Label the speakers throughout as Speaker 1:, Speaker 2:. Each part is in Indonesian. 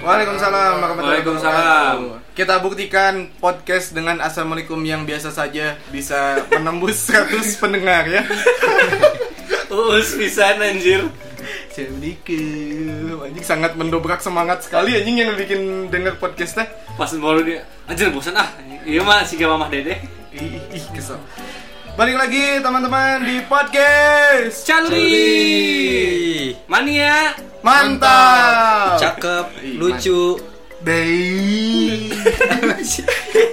Speaker 1: Waalaikumsalam warahmatullahi
Speaker 2: Waalaikumsalam.
Speaker 1: wabarakatuh. Kita buktikan podcast dengan Assalamualaikum yang biasa saja bisa menembus 100 pendengar ya.
Speaker 2: Uus pisan anjir.
Speaker 1: Assalamualaikum. Anjing sangat mendobrak semangat sekali anjing yang bikin denger podcastnya.
Speaker 2: Pas baru dia anjir bosan ah. Iya mah si mamah dede.
Speaker 1: Ih, ih, ih, kesel. Balik lagi teman-teman di podcast.
Speaker 2: Cali. Mania.
Speaker 1: Mantap.
Speaker 3: Cakep,
Speaker 1: Ih,
Speaker 3: lucu.
Speaker 1: Dei.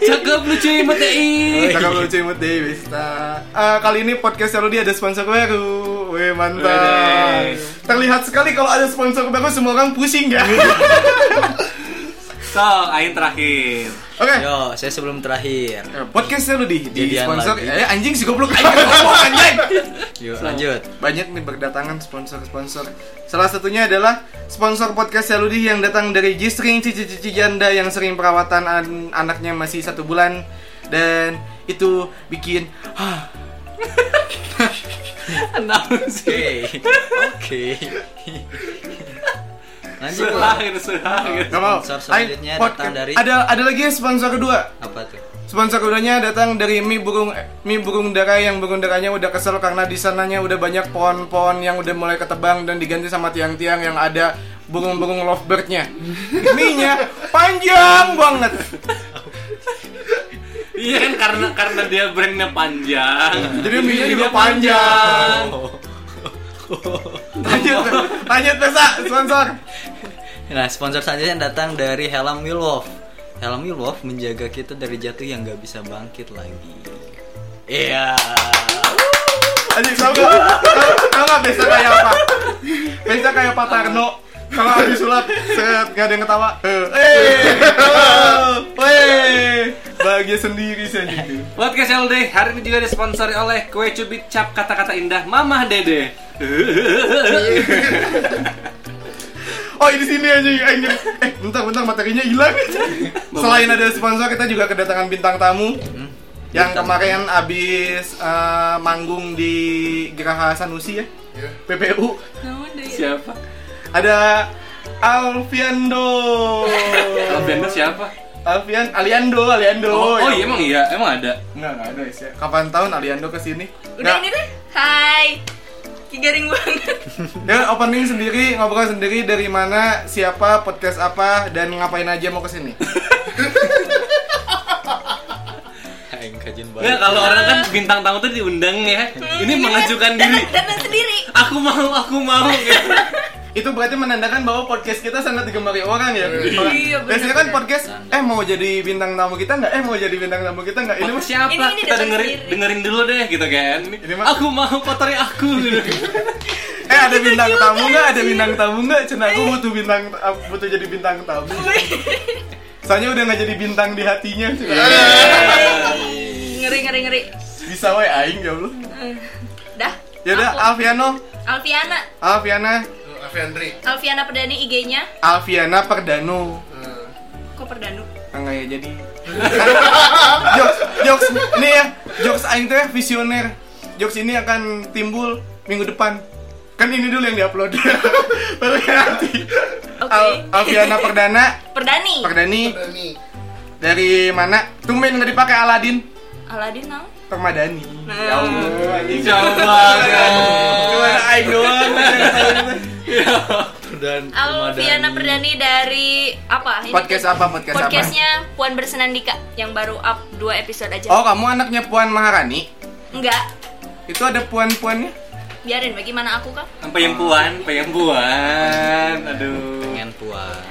Speaker 2: Cakep lucu imut deh.
Speaker 1: Cakap lucu imut Dei Wista. Eh, kali ini podcast Rudi ada sponsor baru. Wih mantap.
Speaker 2: Wede.
Speaker 1: Terlihat sekali kalau ada sponsor baru semua orang pusing ya.
Speaker 2: So, aing terakhir.
Speaker 1: Oke.
Speaker 3: Yo, saya sebelum terakhir.
Speaker 1: Eh, Podcastnya lu di, di
Speaker 3: Jadian
Speaker 1: sponsor
Speaker 3: lagi.
Speaker 1: eh, anjing si goblok anjing ngomong, anjing.
Speaker 3: Yuk, lanjut.
Speaker 1: Banyak nih berdatangan sponsor-sponsor. Salah satunya adalah sponsor podcast Seludi yang datang dari Jistring cici-cici janda yang sering perawatan an- anaknya masih satu bulan dan itu bikin
Speaker 2: Enam sih.
Speaker 3: Oke. Oke. Lanjut. Pak.
Speaker 2: Selain, selain.
Speaker 1: Gak mau.
Speaker 3: Sponsor
Speaker 1: Aing,
Speaker 3: selanjutnya
Speaker 1: podcast-
Speaker 3: datang dari-
Speaker 1: ada ada lagi sponsor kedua.
Speaker 3: Apa tuh?
Speaker 1: Sponsor keduanya datang dari mie burung eh, mie burung dara yang burung daranya udah kesel karena di sananya udah banyak pohon-pohon yang udah mulai ketebang dan diganti sama tiang-tiang yang ada burung-burung lovebirdnya. Mie-nya panjang banget.
Speaker 2: Iya kan karena karena dia brandnya panjang.
Speaker 1: Jadi mie-nya juga panjang. Lanjut, lanjut Pesa, sponsor.
Speaker 3: Nah, sponsor selanjutnya yang datang dari Helm Wilwoff. Helm Wilwoff menjaga kita dari jatuh yang nggak bisa bangkit lagi. Iya.
Speaker 1: Anjing tau gak? Tau- Tau gak Pesa kayak apa? Pesa kayak Pak Tarno. Kalau habis sulap, set, gak ada yang ketawa. Eh, eh, eh, bahagia sendiri sih anjing tuh.
Speaker 2: Podcast LD hari ini juga disponsori oleh Kue Cubit Cap Kata-Kata Indah Mamah Dede.
Speaker 1: Oh ini sini aja ini. Eh bentar bentar materinya hilang. Selain ada sponsor kita juga kedatangan bintang tamu yang kemarin abis eh, manggung di Geraha Sanusi ya. PPU
Speaker 2: Siapa?
Speaker 1: ada Alfiando.
Speaker 2: Alfianda siapa?
Speaker 1: Alfian Aliando Aliando.
Speaker 2: Oh,
Speaker 1: Ya.
Speaker 2: oh iya emang iya, emang ada.
Speaker 1: Enggak enggak ada ya. Kapan tahun Aliando kesini?
Speaker 4: Udah
Speaker 1: Nggak.
Speaker 4: ini deh. Hai. Ki garing banget.
Speaker 1: Dia opening sendiri, ngobrol sendiri dari mana, siapa, podcast apa, dan ngapain aja mau kesini.
Speaker 3: Aing kajian
Speaker 2: Nggak, kalau orang kan bintang tamu tuh diundang ya. Ini mengajukan
Speaker 4: Iya. datang-
Speaker 2: diri.
Speaker 4: Datang sendiri.
Speaker 2: Aku mau, aku mau. gitu.
Speaker 1: itu berarti menandakan bahwa podcast kita sangat digemari orang ya.
Speaker 4: Iya, benar,
Speaker 1: Biasanya kan
Speaker 4: benar.
Speaker 1: podcast, eh mau jadi bintang tamu kita nggak? Eh mau jadi bintang tamu kita nggak? Ini
Speaker 2: Ini
Speaker 1: mah-
Speaker 2: siapa?
Speaker 4: Ini- ini
Speaker 2: Kita
Speaker 4: datang
Speaker 2: dengerin,
Speaker 4: sendiri.
Speaker 2: dengerin dulu deh gitu kan. Ini,
Speaker 1: Ini mah-
Speaker 2: aku mau kotori aku. gitu.
Speaker 1: eh ada bintang tamu nggak? Ada bintang tamu nggak? Cina aku butuh bintang, aku butuh jadi bintang tamu. Soalnya udah nggak jadi bintang di hatinya.
Speaker 4: Eh. Ngeri ngeri ngeri.
Speaker 1: Bisa wae aing ya lu.
Speaker 4: Dah.
Speaker 1: Ya udah
Speaker 4: Aku.
Speaker 1: Alfiano,
Speaker 4: Alfiana.
Speaker 1: Alfiana,
Speaker 5: Aviandri.
Speaker 4: Alfiana Perdani IG-nya.
Speaker 1: Alfiana Perdano.
Speaker 4: Kok Perdanu?
Speaker 1: Enggak ya jadi. jokes, jokes, ini ya, jokes aing teh visioner. Jokes ini akan timbul minggu depan. Kan ini dulu yang diupload. Baru yang nanti.
Speaker 4: Oke.
Speaker 1: Al- Alfiana Perdana,
Speaker 4: Perdani.
Speaker 1: Perdani
Speaker 5: Dani.
Speaker 1: dari mana? Tumben nggak dipakai Aladin.
Speaker 4: Aladin nang.
Speaker 1: Permadani. Ya Allah, anjing.
Speaker 2: Jauh banget.
Speaker 1: Gimana aing doang?
Speaker 4: Alfiana Perdani dari apa? Ini
Speaker 1: Podcast
Speaker 4: kan-
Speaker 1: apa? Podcast apa?
Speaker 4: Podcastnya Puan Bersenandika yang baru up 2 episode aja.
Speaker 1: Oh, kamu anaknya Puan Maharani?
Speaker 4: Enggak.
Speaker 1: Itu ada puan-puannya?
Speaker 4: Biarin bagaimana aku kan?
Speaker 2: Peyempuan, peyempuan. Aduh.
Speaker 3: pengen puan.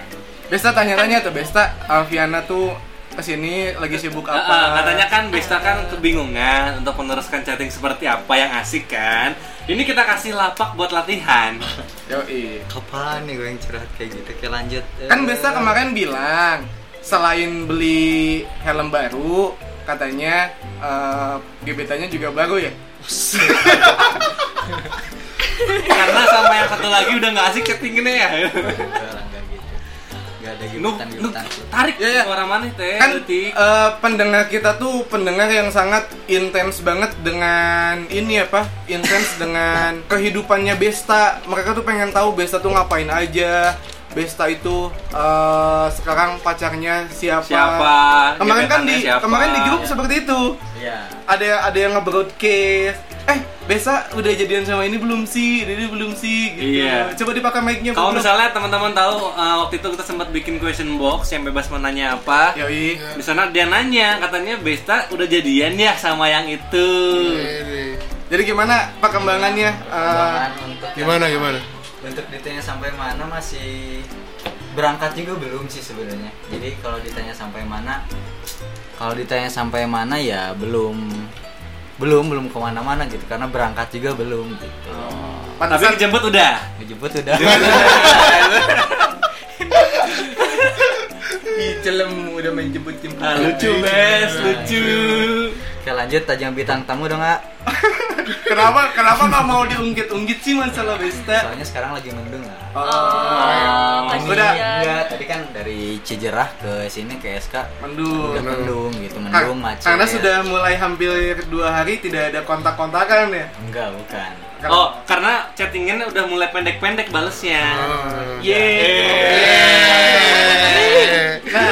Speaker 1: Besta tanya-tanya tuh, Besta Alfiana tuh kesini lagi sibuk
Speaker 2: Ah, ah,
Speaker 1: apa?
Speaker 2: katanya kan Besta kan kebingungan untuk meneruskan chatting seperti apa yang asik kan. Ini kita kasih lapak buat latihan.
Speaker 1: Yoi.
Speaker 3: Kapan nih gue yang curhat kayak gitu? Oke, lanjut.
Speaker 1: Kan Besta kemarin bilang selain beli helm baru, katanya eh, gebetannya juga baru ya.
Speaker 2: Karena sama yang satu lagi udah nggak asik chattingnya ya.
Speaker 3: Enggak lah, enggak gitu. Enggak ada
Speaker 2: Lu, lu
Speaker 3: gebetan-gebetan.
Speaker 2: tarik
Speaker 1: Ya, ya.
Speaker 2: suara mana teh?
Speaker 1: Kan
Speaker 2: detik.
Speaker 1: eh, pendengar kita tuh pendengar yang sangat intens banget dengan ini apa? Intens dengan kehidupannya Besta. Mereka tuh pengen tahu Besta tuh ngapain aja, Besta itu eh, sekarang pacarnya siapa?
Speaker 2: Siapa?
Speaker 1: Kemarin kan di
Speaker 2: Gebetannya siapa?
Speaker 1: kemarin di grup seperti itu.
Speaker 3: Iya.
Speaker 1: Ada ada yang nge-broadcast. Eh, Besta udah jadian sama ini belum sih? Ini belum sih gitu.
Speaker 2: Iya.
Speaker 1: Coba dipakai mic-nya.
Speaker 2: Kalau
Speaker 1: belum?
Speaker 2: misalnya teman-teman tahu eh, waktu itu kita sempat bikin question box yang bebas menanya apa.
Speaker 1: Yoi.
Speaker 2: Di sana dia nanya, katanya Besta udah jadian ya sama yang itu.
Speaker 1: Jadi gimana perkembangannya? Eh,
Speaker 3: Bahkan untuk
Speaker 5: Gimana gimana?
Speaker 3: untuk ditanya sampai mana masih berangkat juga belum sih sebenarnya. Jadi kalau ditanya sampai mana, kalau ditanya sampai mana ya belum belum belum kemana-mana gitu karena berangkat juga belum gitu.
Speaker 2: Tapi
Speaker 1: pantesan-
Speaker 2: dijemput udah.
Speaker 3: Ngejemput udah.
Speaker 5: Ih, celem udah main jemput-jemput.
Speaker 2: Ah, lucu Bes, lucu.
Speaker 3: Oke lanjut tajam bintang tamu dong nggak?
Speaker 1: Kenapa kenapa nggak mau diungkit-ungkit sih masalah Besta?
Speaker 3: Soalnya sekarang lagi mendung nggak?
Speaker 4: Oh, kasihan.
Speaker 1: Udah,
Speaker 3: Enggak, tadi kan dari Cijerah ke sini ke SK
Speaker 1: mendung.
Speaker 3: udah mendung gitu,
Speaker 1: Kar-
Speaker 3: mendung macet.
Speaker 1: Karena sudah mulai hampir dua hari tidak ada kontak-kontakan ya.
Speaker 3: enggak bukan.
Speaker 1: Karena-
Speaker 2: Oh, karena chattingan udah mulai pendek-pendek balesnya. Oh,
Speaker 1: Nah,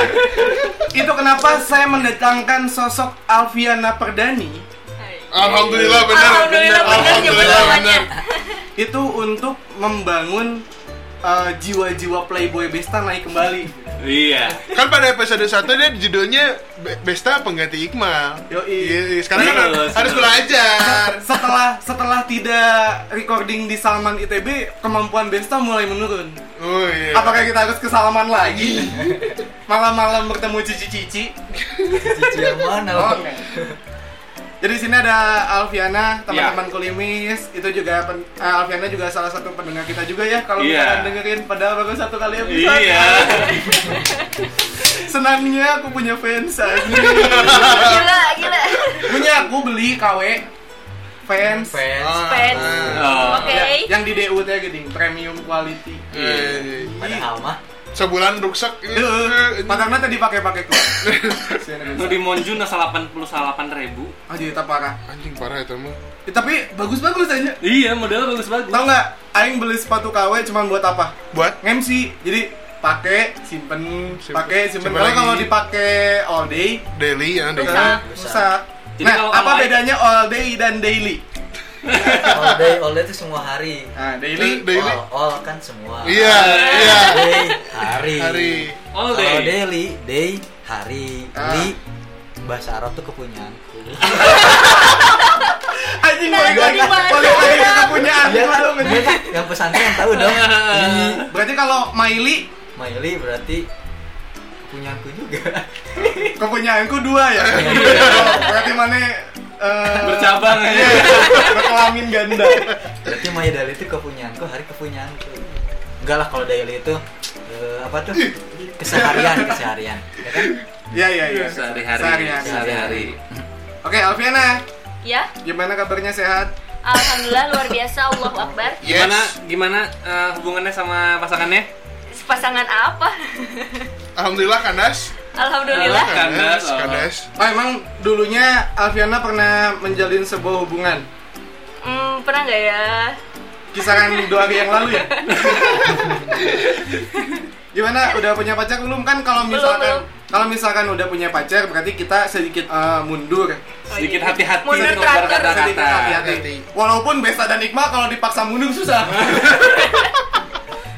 Speaker 1: itu kenapa saya mendatangkan sosok Alfiana Perdani
Speaker 5: Alhamdulillah benar.
Speaker 4: Alhamdulillah benar nyebut
Speaker 5: Alhamdulillah
Speaker 4: namanya.
Speaker 5: benar.
Speaker 1: itu untuk membangun eh, jiwa-jiwa Playboy Besta naik kembali.
Speaker 2: Iya.
Speaker 5: Kan pada episode 1 dia judulnya Be- Besta pengganti Iqmal.
Speaker 1: Yoi.
Speaker 5: Iya, Sekarang kan
Speaker 2: Terus,
Speaker 5: harus
Speaker 2: terus.
Speaker 5: belajar.
Speaker 1: Setelah setelah tidak recording di Salman ITB, kemampuan Besta mulai menurun.
Speaker 5: Oh iya.
Speaker 1: Apakah kita harus ke Salman lagi? Malam-malam bertemu cici-cici.
Speaker 3: Cici yang mana lo?
Speaker 1: Oke. Jadi di sini ada Alfiana, teman-teman
Speaker 2: Ya.
Speaker 1: kulimis, itu juga pen- eh, Alfiana juga salah satu pendengar kita juga ya kalau
Speaker 2: Iya.
Speaker 1: misalkan dengerin padahal baru satu kali episode.
Speaker 2: Iya.
Speaker 1: Senangnya aku punya fans anjing.
Speaker 4: Gila, gila.
Speaker 1: punya aku beli KW fans.
Speaker 3: Fans.
Speaker 4: Fans.
Speaker 2: Oh.
Speaker 4: Oke.
Speaker 1: Ya, yang di DUT gini, premium quality.
Speaker 2: Hmm.
Speaker 5: Iya.
Speaker 3: Padahal mah
Speaker 5: Sebulan rusak. Iya,
Speaker 1: Heeh. Padahal tadi pakai-pakai ku.
Speaker 2: Itu di Monju nasa 88 ribu.
Speaker 1: Aja itu Ah, parah.
Speaker 5: Anjing parah itu mah.
Speaker 1: Eh, tapi bagus-bagus aja.
Speaker 2: Iya, model bagus-bagus.
Speaker 1: Tahu nggak? Aing beli sepatu KW cuma buat apa?
Speaker 5: Buat
Speaker 1: MC jadi pakai simpen
Speaker 5: Simpen.
Speaker 1: pakai simpen
Speaker 5: Simpen
Speaker 1: kalau kalau
Speaker 5: lagi.
Speaker 1: dipakai all day
Speaker 5: daily ya daily.
Speaker 1: kan rusak
Speaker 2: Jadi
Speaker 1: nah
Speaker 2: kalau
Speaker 1: apa
Speaker 2: online-
Speaker 1: bedanya all day dan daily
Speaker 3: all day all day itu semua hari.
Speaker 1: nah
Speaker 5: Daily.
Speaker 1: daily
Speaker 5: daily.
Speaker 3: All, all kan semua.
Speaker 5: Iya, iya.
Speaker 3: Day hari.
Speaker 5: Hari.
Speaker 2: All
Speaker 3: Kalau
Speaker 2: day.
Speaker 3: daily day hari.
Speaker 1: Ah.
Speaker 3: Li bahasa Arab tuh kepunyaanku.
Speaker 1: anjing balik lagi
Speaker 4: jadi bahasa
Speaker 1: balik lagi ke kepunyaan
Speaker 3: Iya
Speaker 1: lu
Speaker 3: kan?
Speaker 1: Ya, dong, anjing.
Speaker 3: Iya kan? Yang pesantren tahu dong. Li.
Speaker 1: berarti kalau Maili
Speaker 3: Maili berarti kepunyaanku juga.
Speaker 1: kepunyaanku dua ya berarti mana eh,
Speaker 2: Bercabang
Speaker 1: iya,
Speaker 2: ya.
Speaker 1: berkelamin ganda
Speaker 3: Berarti Maya Dali itu kepunyaanku, hari kepunyaanku. Enggak lah kalau daily itu eh, apa tuh? Keseharian, keseharian. Ya kan?
Speaker 1: iya iya iya
Speaker 2: Sehari-hari.
Speaker 1: Sehari-hari.
Speaker 2: Sehari-hari.
Speaker 1: oke Alfiana
Speaker 4: Ya,
Speaker 1: gimana kabarnya sehat
Speaker 4: alhamdulillah luar biasa Allahu Akbar.
Speaker 5: Yes.
Speaker 2: Gimana gimana eh, hubungannya sama pasangannya?
Speaker 4: Pasangan apa?
Speaker 5: Alhamdulillah kandas.
Speaker 4: Alhamdulillah.
Speaker 2: Kandas, oh.
Speaker 5: kandas.
Speaker 1: oh emang dulunya Alfiana pernah menjalin sebuah hubungan Ah.
Speaker 4: Hmm, pernah nggak ya?
Speaker 1: kisaran dua hari yang lalu ya gimana udah punya pacar belum kan kalau
Speaker 4: Belum,
Speaker 1: misalkan
Speaker 4: belum.
Speaker 1: kalau misalkan udah punya pacar berarti kita sedikit eh, mundur
Speaker 2: Sedikit hati-hati
Speaker 4: Mundur
Speaker 2: untuk
Speaker 4: terakhir.
Speaker 1: iya. sedikit
Speaker 2: berkata-kata.
Speaker 1: hati-hati walaupun Besta dan Iqbal kalau dipaksa mundur susah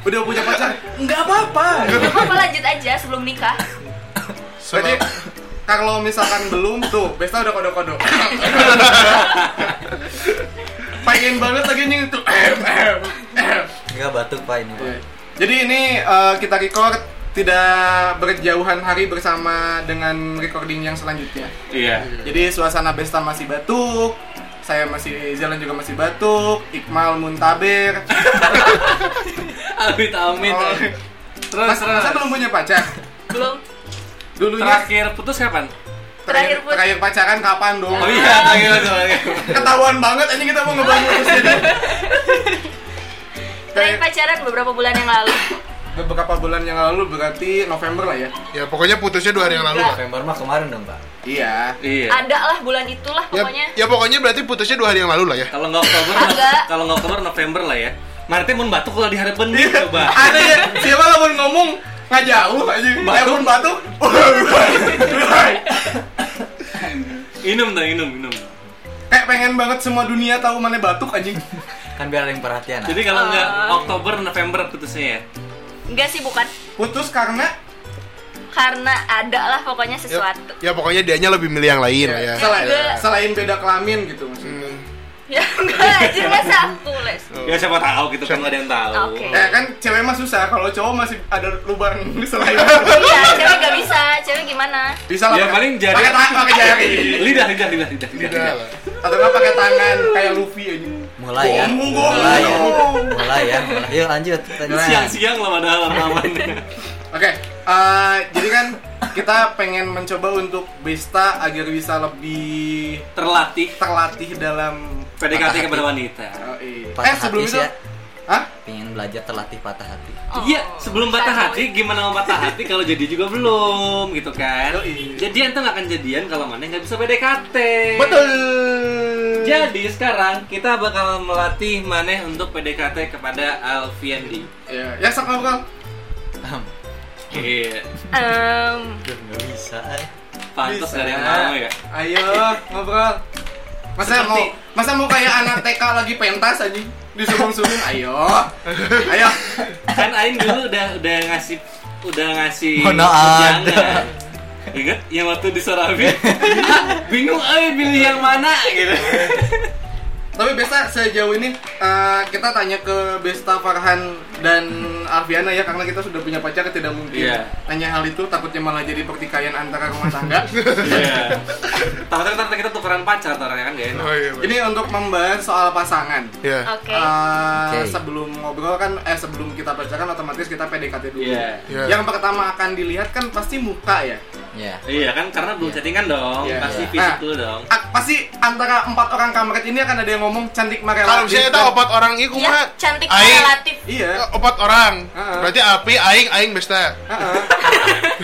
Speaker 1: udah punya pacar nggak apa-apa
Speaker 4: Gak apa-apa lanjut aja sebelum nikah.
Speaker 1: berarti
Speaker 5: Selamat-
Speaker 1: kalau misalkan belum tuh Besta udah kode-kode pengen banget lagi nih tuh
Speaker 3: Enggak batuk Pak ini, Pak.
Speaker 1: Jadi ini eh, kita record tidak berjauhan hari bersama dengan recording yang selanjutnya.
Speaker 2: Iya.
Speaker 1: Jadi suasana Besta masih batuk, saya masih jalan juga masih batuk, Iqmal Muntabir.
Speaker 2: Amit amit.
Speaker 1: Oh.
Speaker 2: Terus
Speaker 1: Mas,
Speaker 2: terus.
Speaker 1: masa belum punya pacar?
Speaker 4: Belum.
Speaker 1: Dulunya
Speaker 2: Terakhir putus kapan?
Speaker 4: Terakhir put-
Speaker 1: terakhir pacaran kapan dong?
Speaker 2: Oh iya, lagi lagi.
Speaker 1: Ketahuan banget anjing kita mau ngebangun terus jadi.
Speaker 4: Terakhir
Speaker 1: Kayak
Speaker 4: pacaran beberapa bulan yang lalu.
Speaker 1: beberapa bulan yang lalu berarti November lah ya.
Speaker 5: Ya pokoknya putusnya dua hari yang lalu lah.
Speaker 3: November mah kemarin dong, Pak.
Speaker 1: Iya.
Speaker 2: Iya.
Speaker 4: Ada lah bulan itulah
Speaker 5: Ya,
Speaker 4: pokoknya.
Speaker 5: ya pokoknya berarti putusnya dua hari yang lalu lah ya.
Speaker 2: Kalau nggak Oktober,
Speaker 4: Enggak.
Speaker 2: kalau nggak Oktober November lah ya. Martin mun batuk kalau diharapkan dia coba.
Speaker 1: Ada ya, siapa lah mau ngomong nggak jauh aja. Batuk pun batuk.
Speaker 2: Minum dah, minum, minum.
Speaker 1: Kayak pengen banget semua dunia tahu mana batuk anjing.
Speaker 3: kan biar ada yang perhatian
Speaker 2: Jadi kalau nggak
Speaker 4: Ah.
Speaker 2: Oktober November putusnya ya.
Speaker 4: Enggak sih bukan
Speaker 1: Putus karena
Speaker 4: karena ada lah pokoknya
Speaker 5: Ya,
Speaker 4: sesuatu.
Speaker 5: ya pokoknya dianya lebih milih yang lain lah ya.
Speaker 1: selain
Speaker 4: Enggak.
Speaker 1: selain beda kelamin gitu maksudnya.
Speaker 4: Ya enggak anjir masa aku les.
Speaker 2: Ya siapa tahu gitu kan nggak ada yang tahu.
Speaker 4: Oke.
Speaker 1: Ya kan cewek mah susah, kalau cowok masih ada lubang selain
Speaker 4: Iya, cewek gak bisa. Cewek gimana?
Speaker 1: bisa lah.
Speaker 2: Ya,
Speaker 1: pakai-
Speaker 2: paling jari.
Speaker 1: pakai tangan, pakai jari.
Speaker 2: Lidah, lidah, lidah, lidah, lidah.
Speaker 5: Udah
Speaker 2: lidah.
Speaker 5: lah.
Speaker 1: Atau nggak pakai tangan kayak Luffy aja.
Speaker 3: mulai ya
Speaker 1: Gong, gong,
Speaker 3: mulai ya
Speaker 1: gong.
Speaker 3: mulai ya mulai. yuk lanjut
Speaker 2: Siang-siang lah padahal rekamannya.
Speaker 1: Oke, eh, jadi kan kita pengen mencoba untuk Besta agar bisa lebih
Speaker 2: Terlatih
Speaker 1: terlatih dalam
Speaker 2: PDKT kepada wanita.
Speaker 1: Oh, iya.
Speaker 3: Patah
Speaker 1: eh sebelum
Speaker 3: hati
Speaker 1: itu,
Speaker 3: sih ya.
Speaker 1: Hah?
Speaker 3: pengen belajar terlatih patah hati
Speaker 4: Oh,
Speaker 2: Iya, sebelum patah
Speaker 4: sad
Speaker 2: hati gimana mau patah hati kalau jadi juga belum gitu kan.
Speaker 1: Yoi.
Speaker 2: Jadian tuh nggak akan jadian kalau mana nggak bisa PDKT.
Speaker 1: Betul.
Speaker 2: Jadi sekarang kita bakal melatih Maneh untuk PDKT kepada Alfiandi.
Speaker 1: Ya, ya sok kau
Speaker 2: Iya.
Speaker 4: Em,
Speaker 3: Duh, nggak bisa eh.
Speaker 2: Pantas gak ada yang mau ya.
Speaker 1: Ayo ngobrol. Masa
Speaker 2: Seperti-
Speaker 1: mau masa mau kayak anak TK lagi pentas aja disuruh-suruh ayo. Ayo.
Speaker 2: Kan Aing dulu udah udah ngasih udah ngasih
Speaker 1: Oh,
Speaker 3: Mohon maaf.
Speaker 2: jangan. Ingat yang waktu di Sorabi bingung eh pilih yang mana gitu.
Speaker 1: Tapi Besta sejauh ini eh, kita tanya ke Besta Farhan dan Alfiana ya karena kita sudah punya pacar tidak mungkin
Speaker 2: Iya.
Speaker 1: tanya hal itu takutnya malah jadi pertikaian antara rumah tangga.
Speaker 2: Iya. Takutnya ntar kita tukeran pacar ntar ya kan gak enak.
Speaker 5: Oh iya. bener.
Speaker 1: ini untuk membahas soal pasangan.
Speaker 5: Ya.
Speaker 4: Oke.
Speaker 1: Eh,
Speaker 3: Oke.
Speaker 1: sebelum ngobrol kan eh sebelum kita pacaran otomatis kita PDKT dulu.
Speaker 2: Iya.
Speaker 5: Iya.
Speaker 1: Yang pertama akan dilihat kan pasti muka ya.
Speaker 3: ya
Speaker 2: Iya kan karena belum
Speaker 3: Iya.
Speaker 2: chattingan dong,
Speaker 1: Iya.
Speaker 2: pasti
Speaker 1: Nah,
Speaker 2: fisik dulu dong.
Speaker 1: A- Ah, pasti antara empat orang kampret ini akan ada yang ngomong cantik Marela.
Speaker 5: Kalau Ah, misalnya Oh. tahu opat orang iku
Speaker 4: Iya,
Speaker 5: mah
Speaker 4: cantik
Speaker 5: aing
Speaker 4: relatif.
Speaker 1: Iya.
Speaker 5: opat orang.
Speaker 1: Heeh.
Speaker 5: Berarti api aing aing besta.
Speaker 1: Heeh.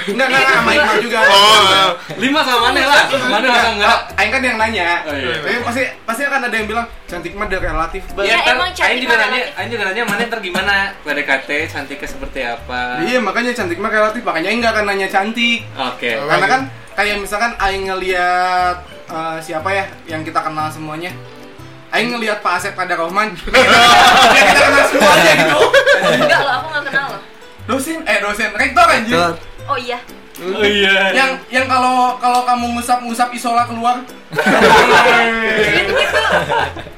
Speaker 1: Enggak enggak enggak, sama Iqbal juga.
Speaker 5: Oh.
Speaker 2: Lima sama Maneh lah. Maneh
Speaker 1: Enggak,
Speaker 2: orang enggak.
Speaker 1: oh, Aing kan yang nanya.
Speaker 2: Oh, iya.
Speaker 1: Tapi pasti pasti akan ada yang bilang cantik mah dari relatif banget.
Speaker 2: Iya,
Speaker 4: Ya,
Speaker 2: ntar
Speaker 4: emang cantik
Speaker 2: Aing juga
Speaker 4: mah
Speaker 2: nanya,
Speaker 4: relatif.
Speaker 2: Aing juga nanya Maneh ntar gimana PDKT cantiknya seperti apa.
Speaker 1: Iya, makanya cantik mah relatif. Makanya Aing enggak akan nanya cantik.
Speaker 2: Oke.
Speaker 5: Oh,
Speaker 1: Karena
Speaker 5: iya.
Speaker 1: kan kayak misalkan Aing ngelihat eh, siapa ya yang kita kenal semuanya. Aing ngelihat Pak Asep pada Rohman. ya kita kenal semuanya gitu.
Speaker 4: Enggak loh, aku gak kenal loh.
Speaker 1: Dosen, eh dosen, rektor anjir.
Speaker 3: Tuh,
Speaker 4: Oh iya.
Speaker 2: Oh iya.
Speaker 1: yang yang kalau kalau kamu ngusap-ngusap isola keluar
Speaker 4: Gitu.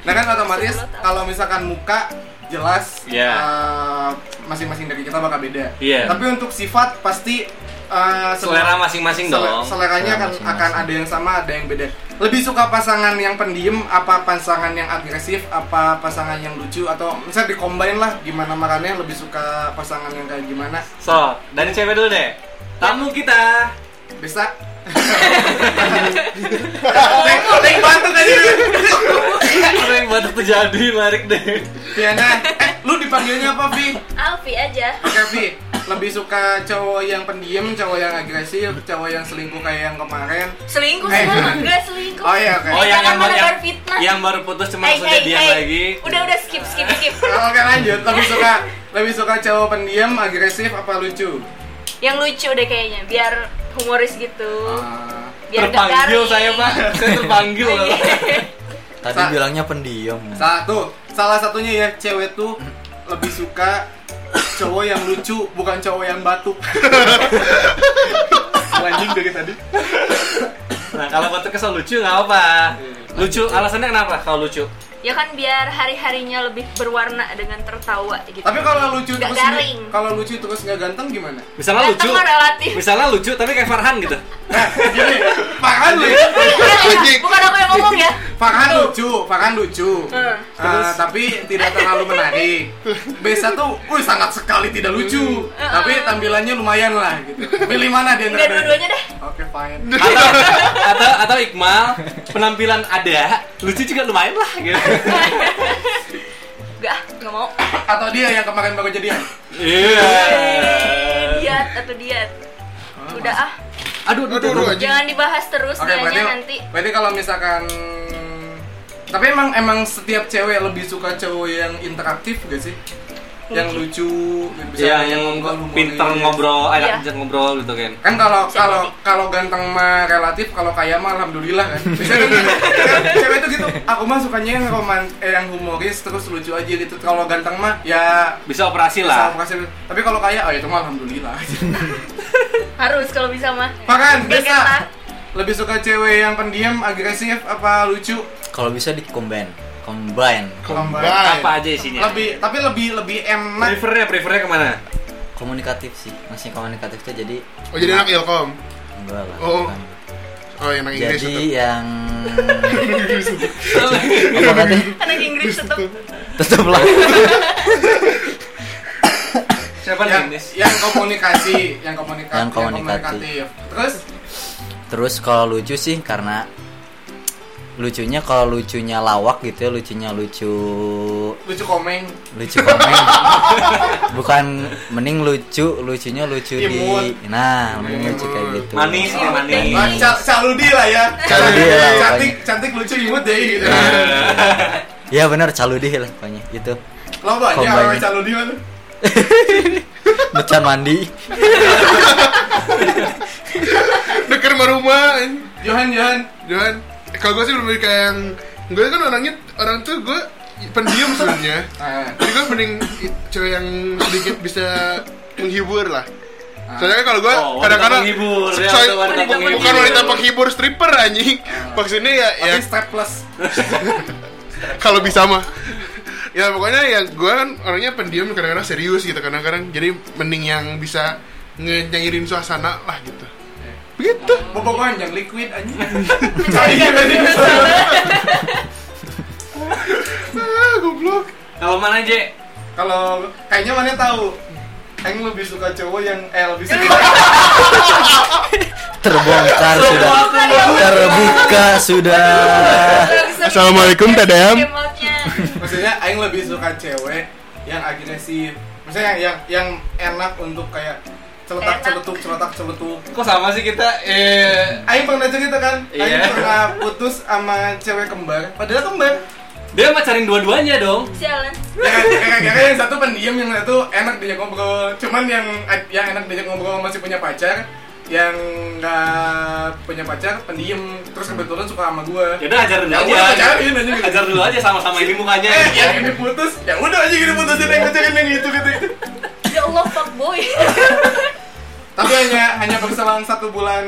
Speaker 1: nah kan otomatis kalau misalkan muka jelas
Speaker 2: Iya.
Speaker 1: eh, masing-masing dari kita bakal beda
Speaker 2: Iya.
Speaker 1: tapi untuk sifat pasti eh,
Speaker 2: selera
Speaker 1: semua-
Speaker 2: masing-masing
Speaker 1: sele-
Speaker 2: dong.
Speaker 1: seleranya
Speaker 3: Selera
Speaker 1: akan akan
Speaker 3: masing-masing.
Speaker 1: ada yang sama ada yang beda lebih suka pasangan yang pendiam apa pasangan yang agresif apa pasangan yang lucu atau misalnya dikombain lah gimana makannya lebih suka pasangan yang kayak gimana
Speaker 2: So, dari cewek dulu deh. Tamu kita.
Speaker 1: Bisa. Neng, neng bantu tadi.
Speaker 2: Orang yang batuk tuh jadi larik deh.
Speaker 1: Viana, eh lu dipanggilnya apa, Vi?
Speaker 4: Alfi aja.
Speaker 1: Oke, Vi. Lebih suka cowok yang pendiam, cowok yang agresif, cowok yang selingkuh kayak yang kemarin.
Speaker 4: Selingkuh
Speaker 1: Eh.
Speaker 4: semua, enggak selingkuh.
Speaker 1: Oh iya, oke.
Speaker 4: Eh, jangan
Speaker 2: baru-
Speaker 4: menebar fitnah.
Speaker 2: yang baru putus cuma
Speaker 4: Hey,
Speaker 2: langsung
Speaker 4: hey,
Speaker 2: jadian
Speaker 4: hey.
Speaker 2: lagi.
Speaker 4: Udah udah skip skip skip.
Speaker 1: Oke, lanjut. Lebih suka lebih suka cowok pendiam, agresif apa lucu?
Speaker 4: Yang lucu deh kayaknya, biar humoris gitu.
Speaker 1: Ah,
Speaker 4: Biar nggak
Speaker 2: terpanggil
Speaker 4: garing. Iya.
Speaker 2: saya pak, saya terpanggil
Speaker 4: Oh,
Speaker 2: loh.
Speaker 3: tadi
Speaker 1: Sa-
Speaker 3: bilangnya pendiam
Speaker 1: satu. Salah satunya ya cewek tuh lebih suka cowok yang lucu, bukan cowok yang batuk. Lanjut dari tadi.
Speaker 2: Nah kalau batuk kesel lucu nggak apa. Lucu, alasannya kenapa? Kalau lucu,
Speaker 4: Ya kan biar hari-harinya lebih berwarna dengan tertawa gitu.
Speaker 1: Tapi kalau lucu
Speaker 4: Nggak
Speaker 1: terus
Speaker 4: garing.
Speaker 1: kalau lucu terus nggak ganteng gimana?
Speaker 2: misalnya
Speaker 4: Ganteng
Speaker 2: lucu,
Speaker 4: mah Eh, relatif.
Speaker 2: misalnya lucu tapi kayak Farhan gitu.
Speaker 1: Nah, gini, Farhan lu, ya.
Speaker 5: Anjing.
Speaker 4: Bukan aku yang ngomong ya.
Speaker 1: Farhan lucu, Farhan lucu.
Speaker 4: Hmm.
Speaker 1: Ah, tapi tidak terlalu menarik. Besa tuh, uh sangat sekali tidak lucu.
Speaker 4: Hmm.
Speaker 1: Eh, Tapi tampilannya lumayan lah gitu. Pilih mana dia?
Speaker 4: Enggak Eh, dua-duanya deh.
Speaker 1: Oke, fine.
Speaker 2: Atau, atau, atau Iqmal penampilan ada, lucu juga lumayan lah gitu.
Speaker 4: Enggak, enggak mau.
Speaker 1: Atau dia yang kemarin baru jadian.
Speaker 2: Iya. Eh.
Speaker 4: Diet atau diet. Udah ah,
Speaker 2: Aduh, aduh, aduh.
Speaker 5: Aduh,
Speaker 4: jangan dibahas terus
Speaker 1: Oke,
Speaker 4: dianya
Speaker 1: berarti
Speaker 4: nanti.
Speaker 1: berarti kalau misalkan tapi emang emang setiap cewek lebih suka cowok yang interaktif gak sih? yang lucu yang bisa
Speaker 2: Iya, yang
Speaker 1: ngomong,
Speaker 2: pinter
Speaker 1: humoris.
Speaker 2: ngobrol,
Speaker 4: Iya.
Speaker 2: ajak ngobrol gitu kan.
Speaker 1: kan kalau kalau kalau ganteng mah relatif kalau kaya mah alhamdulillah kan Biasanya gitu. cewek itu gitu aku mah sukanya yang roman eh, yang humoris terus lucu aja gitu kalau ganteng mah ya
Speaker 2: Bisa operasi
Speaker 1: bisa
Speaker 2: lah.
Speaker 1: kasih tapi kalau kaya oh itu mah alhamdulillah
Speaker 4: Harus kalau bisa mah. Iya kan,
Speaker 1: makan
Speaker 4: Gak kata.
Speaker 1: bisa lebih suka cewek yang pendiam agresif apa lucu
Speaker 3: Kalau bisa di combine, combine,
Speaker 1: Combine.
Speaker 2: Apa aja isinya?
Speaker 1: lebih tapi lebih lebih enak
Speaker 2: Prefernya, prefernya kemana?
Speaker 3: komunikatif sih. Masih komunikatif tuh jadi
Speaker 5: Oh jadi anak ilkom.
Speaker 3: enggak lah.
Speaker 5: Oh.
Speaker 3: bukan.
Speaker 5: Oh yang anak Inggris
Speaker 3: Jadi
Speaker 5: itu.
Speaker 3: yang apa katanya?
Speaker 4: Anak Inggris tetap
Speaker 3: Tetep lah.
Speaker 2: Siapa nih?
Speaker 1: yang, yang komunikasi yang komunikasi
Speaker 3: Yang komunikatif.
Speaker 1: terus
Speaker 3: Terus kalau lucu sih karena lucunya kalau lucunya lawak gitu ya, lucunya lucu
Speaker 1: lucu komeng
Speaker 3: lucu komen. Bukan mending lucu, lucunya lucu di
Speaker 1: Imut.
Speaker 3: Nah, mending lucu kayak gitu.
Speaker 2: Manis nih, manis.
Speaker 1: Ah, Cal caludi lah ya
Speaker 3: Caludi lah, pokoknya. Nah,
Speaker 1: cantik cantik lucu imut deh gitu
Speaker 3: Ya benar caludih lah pokoknya gitu. itu.
Speaker 1: lo banyak
Speaker 3: Combine.
Speaker 1: orang caludi mah
Speaker 3: Mecan mandi.
Speaker 5: Dekat sama rumah.
Speaker 1: Johan Johan
Speaker 5: Jangan. Eh, Kalau gue sih lebih kayak yang gue kan orangnya orang tuh gue pendiam sebenarnya.
Speaker 1: Ah,
Speaker 5: Jadi gue mending i- cewek yang sedikit bisa menghibur lah. Soalnya kan kalau gue
Speaker 2: Oh, wanita
Speaker 5: kadang-kadang
Speaker 2: penghibur, ya,
Speaker 5: soalnya-
Speaker 2: wanita penghibur. Ah.
Speaker 5: bukan wanita penghibur stripper anjing. Maksudnya ya, ya
Speaker 1: tapi step plus
Speaker 5: kalau bisa mah. ya pokoknya ya gue kan orangnya pendiam kadang-kadang serius gitu kadang-kadang. Jadi mending yang bisa ngenyairin suasana lah gitu. Begitu.
Speaker 1: bobo panjang liquid anjing Cair, anjing.
Speaker 5: Ah, goblok.
Speaker 2: Kalau mana, Je?
Speaker 1: kalau kayaknya mana tahu Eng lebih suka cowok yang eh lebih suka
Speaker 3: Terbongkar sudah. Terbuka sudah.
Speaker 4: Iya,
Speaker 5: Assalamualaikum, Tadam.
Speaker 4: Kemotnya.
Speaker 1: maksudnya aing lebih suka cewek yang agresif maksudnya yang yang, yang enak untuk kayak celetak
Speaker 4: Enak.
Speaker 1: celetuk celetak celetuk
Speaker 2: Kok sama sih kita? Eh,
Speaker 1: Aing pernah cerita kan Aing
Speaker 2: Iya.
Speaker 1: pernah putus sama cewek kembar padahal kembar
Speaker 2: dia macarin dua-duanya dong.
Speaker 4: Sialan.
Speaker 1: ya kan ya kan, ya kan, yang satu pendiam yang satu enak diajak ngobrol cuman yang yang enak diajak ngobrol masih punya pacar yang nggak punya pacar pendiam terus kebetulan suka sama gua
Speaker 2: Ya udah ajarin
Speaker 1: Ya
Speaker 2: Iya. aja.
Speaker 1: udah, pacarin aja gitu.
Speaker 2: Ajar dulu aja sama-sama ini mukanya.
Speaker 1: eh yang ini putus ya udah aja gitu putusin yang pacarin yang itu gitu, gitu.
Speaker 4: Ya Allah fuck boy.
Speaker 1: tapi hanya hanya berselang satu bulan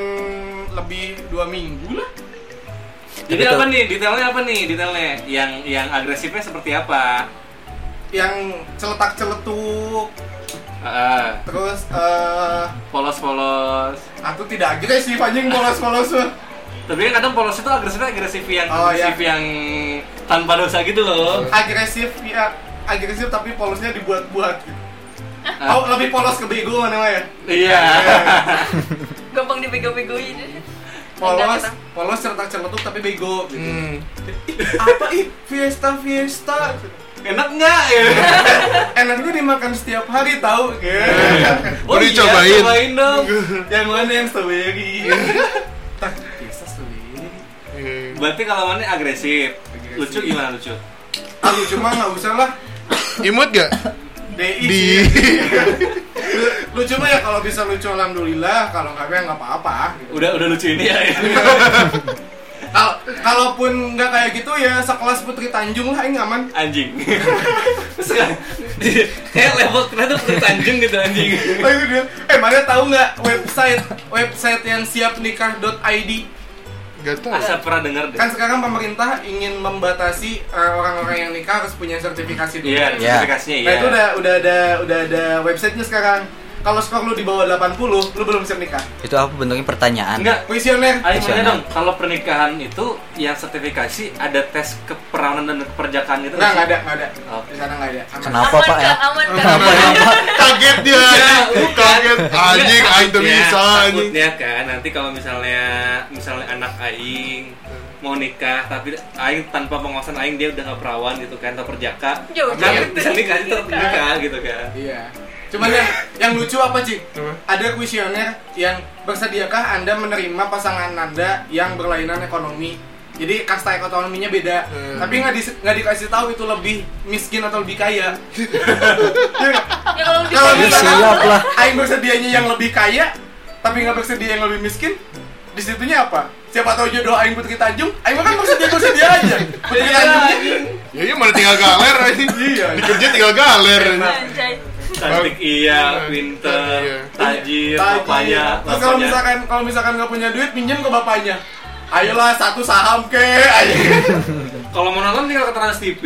Speaker 1: lebih dua minggu lah
Speaker 2: Jadi
Speaker 3: Betul.
Speaker 2: apa nih? Detailnya apa nih? Detailnya yang yang agresifnya seperti apa?
Speaker 1: yang celetak celetuk
Speaker 2: Heeh.
Speaker 1: terus eh
Speaker 2: polos-polos.
Speaker 1: aku tidak agresif anjing polos polos
Speaker 2: Tapi kan kadang polos itu agresifnya agresif yang
Speaker 1: Oh,
Speaker 2: agresif yang tanpa dosa gitu loh.
Speaker 1: agresif ya agresif tapi polosnya dibuat buat gitu.
Speaker 2: Ah.
Speaker 1: Oh, lebih polos ke bego mana Maya?
Speaker 2: Iya.
Speaker 4: Gampang dibego-begoin. Enggak,
Speaker 1: Polos,
Speaker 4: kita.
Speaker 1: polos cerita celetuk tapi bego. Gitu.
Speaker 5: Hmm.
Speaker 1: Ih, Apa ih fiesta fiesta?
Speaker 2: Enak nggak
Speaker 1: Iya.
Speaker 2: ya?
Speaker 1: Enak gue dimakan setiap hari tahu. Gitu.
Speaker 2: Oh,
Speaker 5: Boleh
Speaker 2: iya,
Speaker 5: cobain.
Speaker 2: cobain dong.
Speaker 1: yang mana yang strawberry? Tak biasa strawberry.
Speaker 5: Eh,
Speaker 2: Berarti kalau mana agresif. Lucu gimana lucu?
Speaker 1: Ah lucu mah nggak usah lah.
Speaker 5: Imut gak?
Speaker 1: DI.
Speaker 5: Di.
Speaker 1: sih. Lu- lucu mah ya kalau bisa lucu alhamdulillah, kalau nggak ya nggak apa-apa. Gitu.
Speaker 2: Udah udah lucu ini ya.
Speaker 1: Kal- kalaupun nggak kayak gitu ya sekelas Putri Tanjung lah, ini aman.
Speaker 2: anjing. Sekarang kayak level kena tuh Putri Tanjung gitu anjing.
Speaker 1: Oh, itu dia. Eh, mana tahu nggak website website yang siap nikah.id
Speaker 5: Gak tau.
Speaker 2: Asal pernah denger deh.
Speaker 1: kan sekarang pemerintah ingin membatasi eh, orang-orang yang nikah harus punya sertifikasi dulu.
Speaker 3: Iya.
Speaker 2: Iya, sertifikasinya iya.
Speaker 1: Nah, itu udah udah ada udah ada websitenya sekarang. Kalau skor lu di bawah 80, lu belum siap nikah.
Speaker 3: Itu apa bentuknya pertanyaan?
Speaker 2: Enggak,
Speaker 1: Kuesioner.
Speaker 2: Ayo nanya dong, kalau pernikahan itu yang sertifikasi ada tes keperawanan dan keperjakaan gitu
Speaker 1: Enggak, enggak ada, enggak ada.
Speaker 2: Oke.
Speaker 1: Di sana enggak ada. Aman.
Speaker 3: Kenapa
Speaker 4: aman
Speaker 3: Pak ya?
Speaker 4: Kak, aman Kak.
Speaker 3: Kenapa kenapa?
Speaker 5: Kaget dia.
Speaker 2: Iya,
Speaker 5: anjing. Kaget. Anjing, aing tuh
Speaker 2: Ya,
Speaker 5: bisa anjing.
Speaker 2: takutnya kan nanti kalau misalnya misalnya anak aing mau nikah tapi aing tanpa pengawasan aing dia udah nggak perawan gitu kan atau perjaka
Speaker 4: Jauh
Speaker 2: kan
Speaker 1: jauh.
Speaker 2: bisa nikah itu tetap nikah gitu kan
Speaker 1: Iya. Cuman yang yang lucu apa, Ci?
Speaker 5: Apa?
Speaker 1: Ada kuesioner yang bersediakah Anda menerima pasangan Anda yang berlainan ekonomi jadi kasta ekonominya beda
Speaker 5: Hmm.
Speaker 1: tapi nggak di- nggak dikasih tahu itu lebih miskin atau lebih kaya Iya nggak?
Speaker 4: Ya kalau lebih
Speaker 1: Kalau
Speaker 4: kaya,
Speaker 1: bisa
Speaker 3: Siap lah.
Speaker 1: Aing bersedianya yang lebih kaya, tapi nggak bersedia yang lebih miskin. Disitunya apa? Siapa tahu jodoh Aing Putri Tanjung, Aing mah kan bersedia bersedia aja. Putri Tanjung.
Speaker 5: Ya iya mana tinggal galer anjing.
Speaker 1: Iya.
Speaker 5: Dikerja tinggal galer anjing.
Speaker 4: anjay.
Speaker 2: Cantik iya,
Speaker 5: Iya.
Speaker 2: pinter, tajir,
Speaker 1: Tanya.
Speaker 2: bapaknya,
Speaker 1: ya. Terus Nah, kalau
Speaker 2: bapaknya.
Speaker 1: misalkan kalau misalkan nggak punya duit, pinjam ke bapaknya. Ayolah satu saham ke, ayo.
Speaker 2: Kalau mau nonton tinggal ke Trans TV.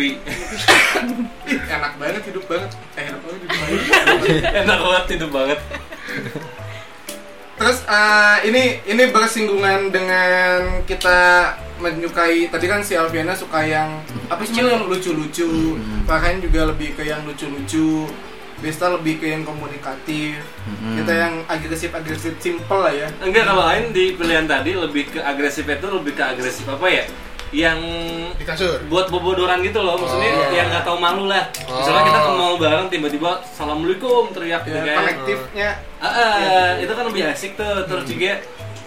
Speaker 1: Ih, enak banget hidup banget. Eh, enak banget hidup banget.
Speaker 2: Enak banget itu banget.
Speaker 1: Terus eh, ini ini bersinggungan dengan kita menyukai tadi kan si Alfiana suka yang apa sih Mil, yang lucu-lucu,
Speaker 2: Hmm.
Speaker 1: bahkan juga lebih ke yang lucu-lucu. Besta lebih ke yang komunikatif.
Speaker 2: Hmm.
Speaker 3: Mm-mm.
Speaker 1: Kita yang agresif-agresif simple lah ya.
Speaker 2: Enggak kalau lain di pilihan tadi lebih ke agresif itu lebih ke agresif apa ya? Yang
Speaker 5: Di kasur.
Speaker 2: buat bobodoran gitu loh, maksudnya
Speaker 5: Oh.
Speaker 2: yang nggak tahu malu lah.
Speaker 5: Oh. Iya,
Speaker 2: Misalnya kita ke mall bareng tiba-tiba assalamualaikum teriak
Speaker 1: ya
Speaker 2: gitu kan.
Speaker 1: konektifnya.
Speaker 2: Ah, ah, itu kan lebih asik tuh.
Speaker 5: Hmm.
Speaker 2: Terus juga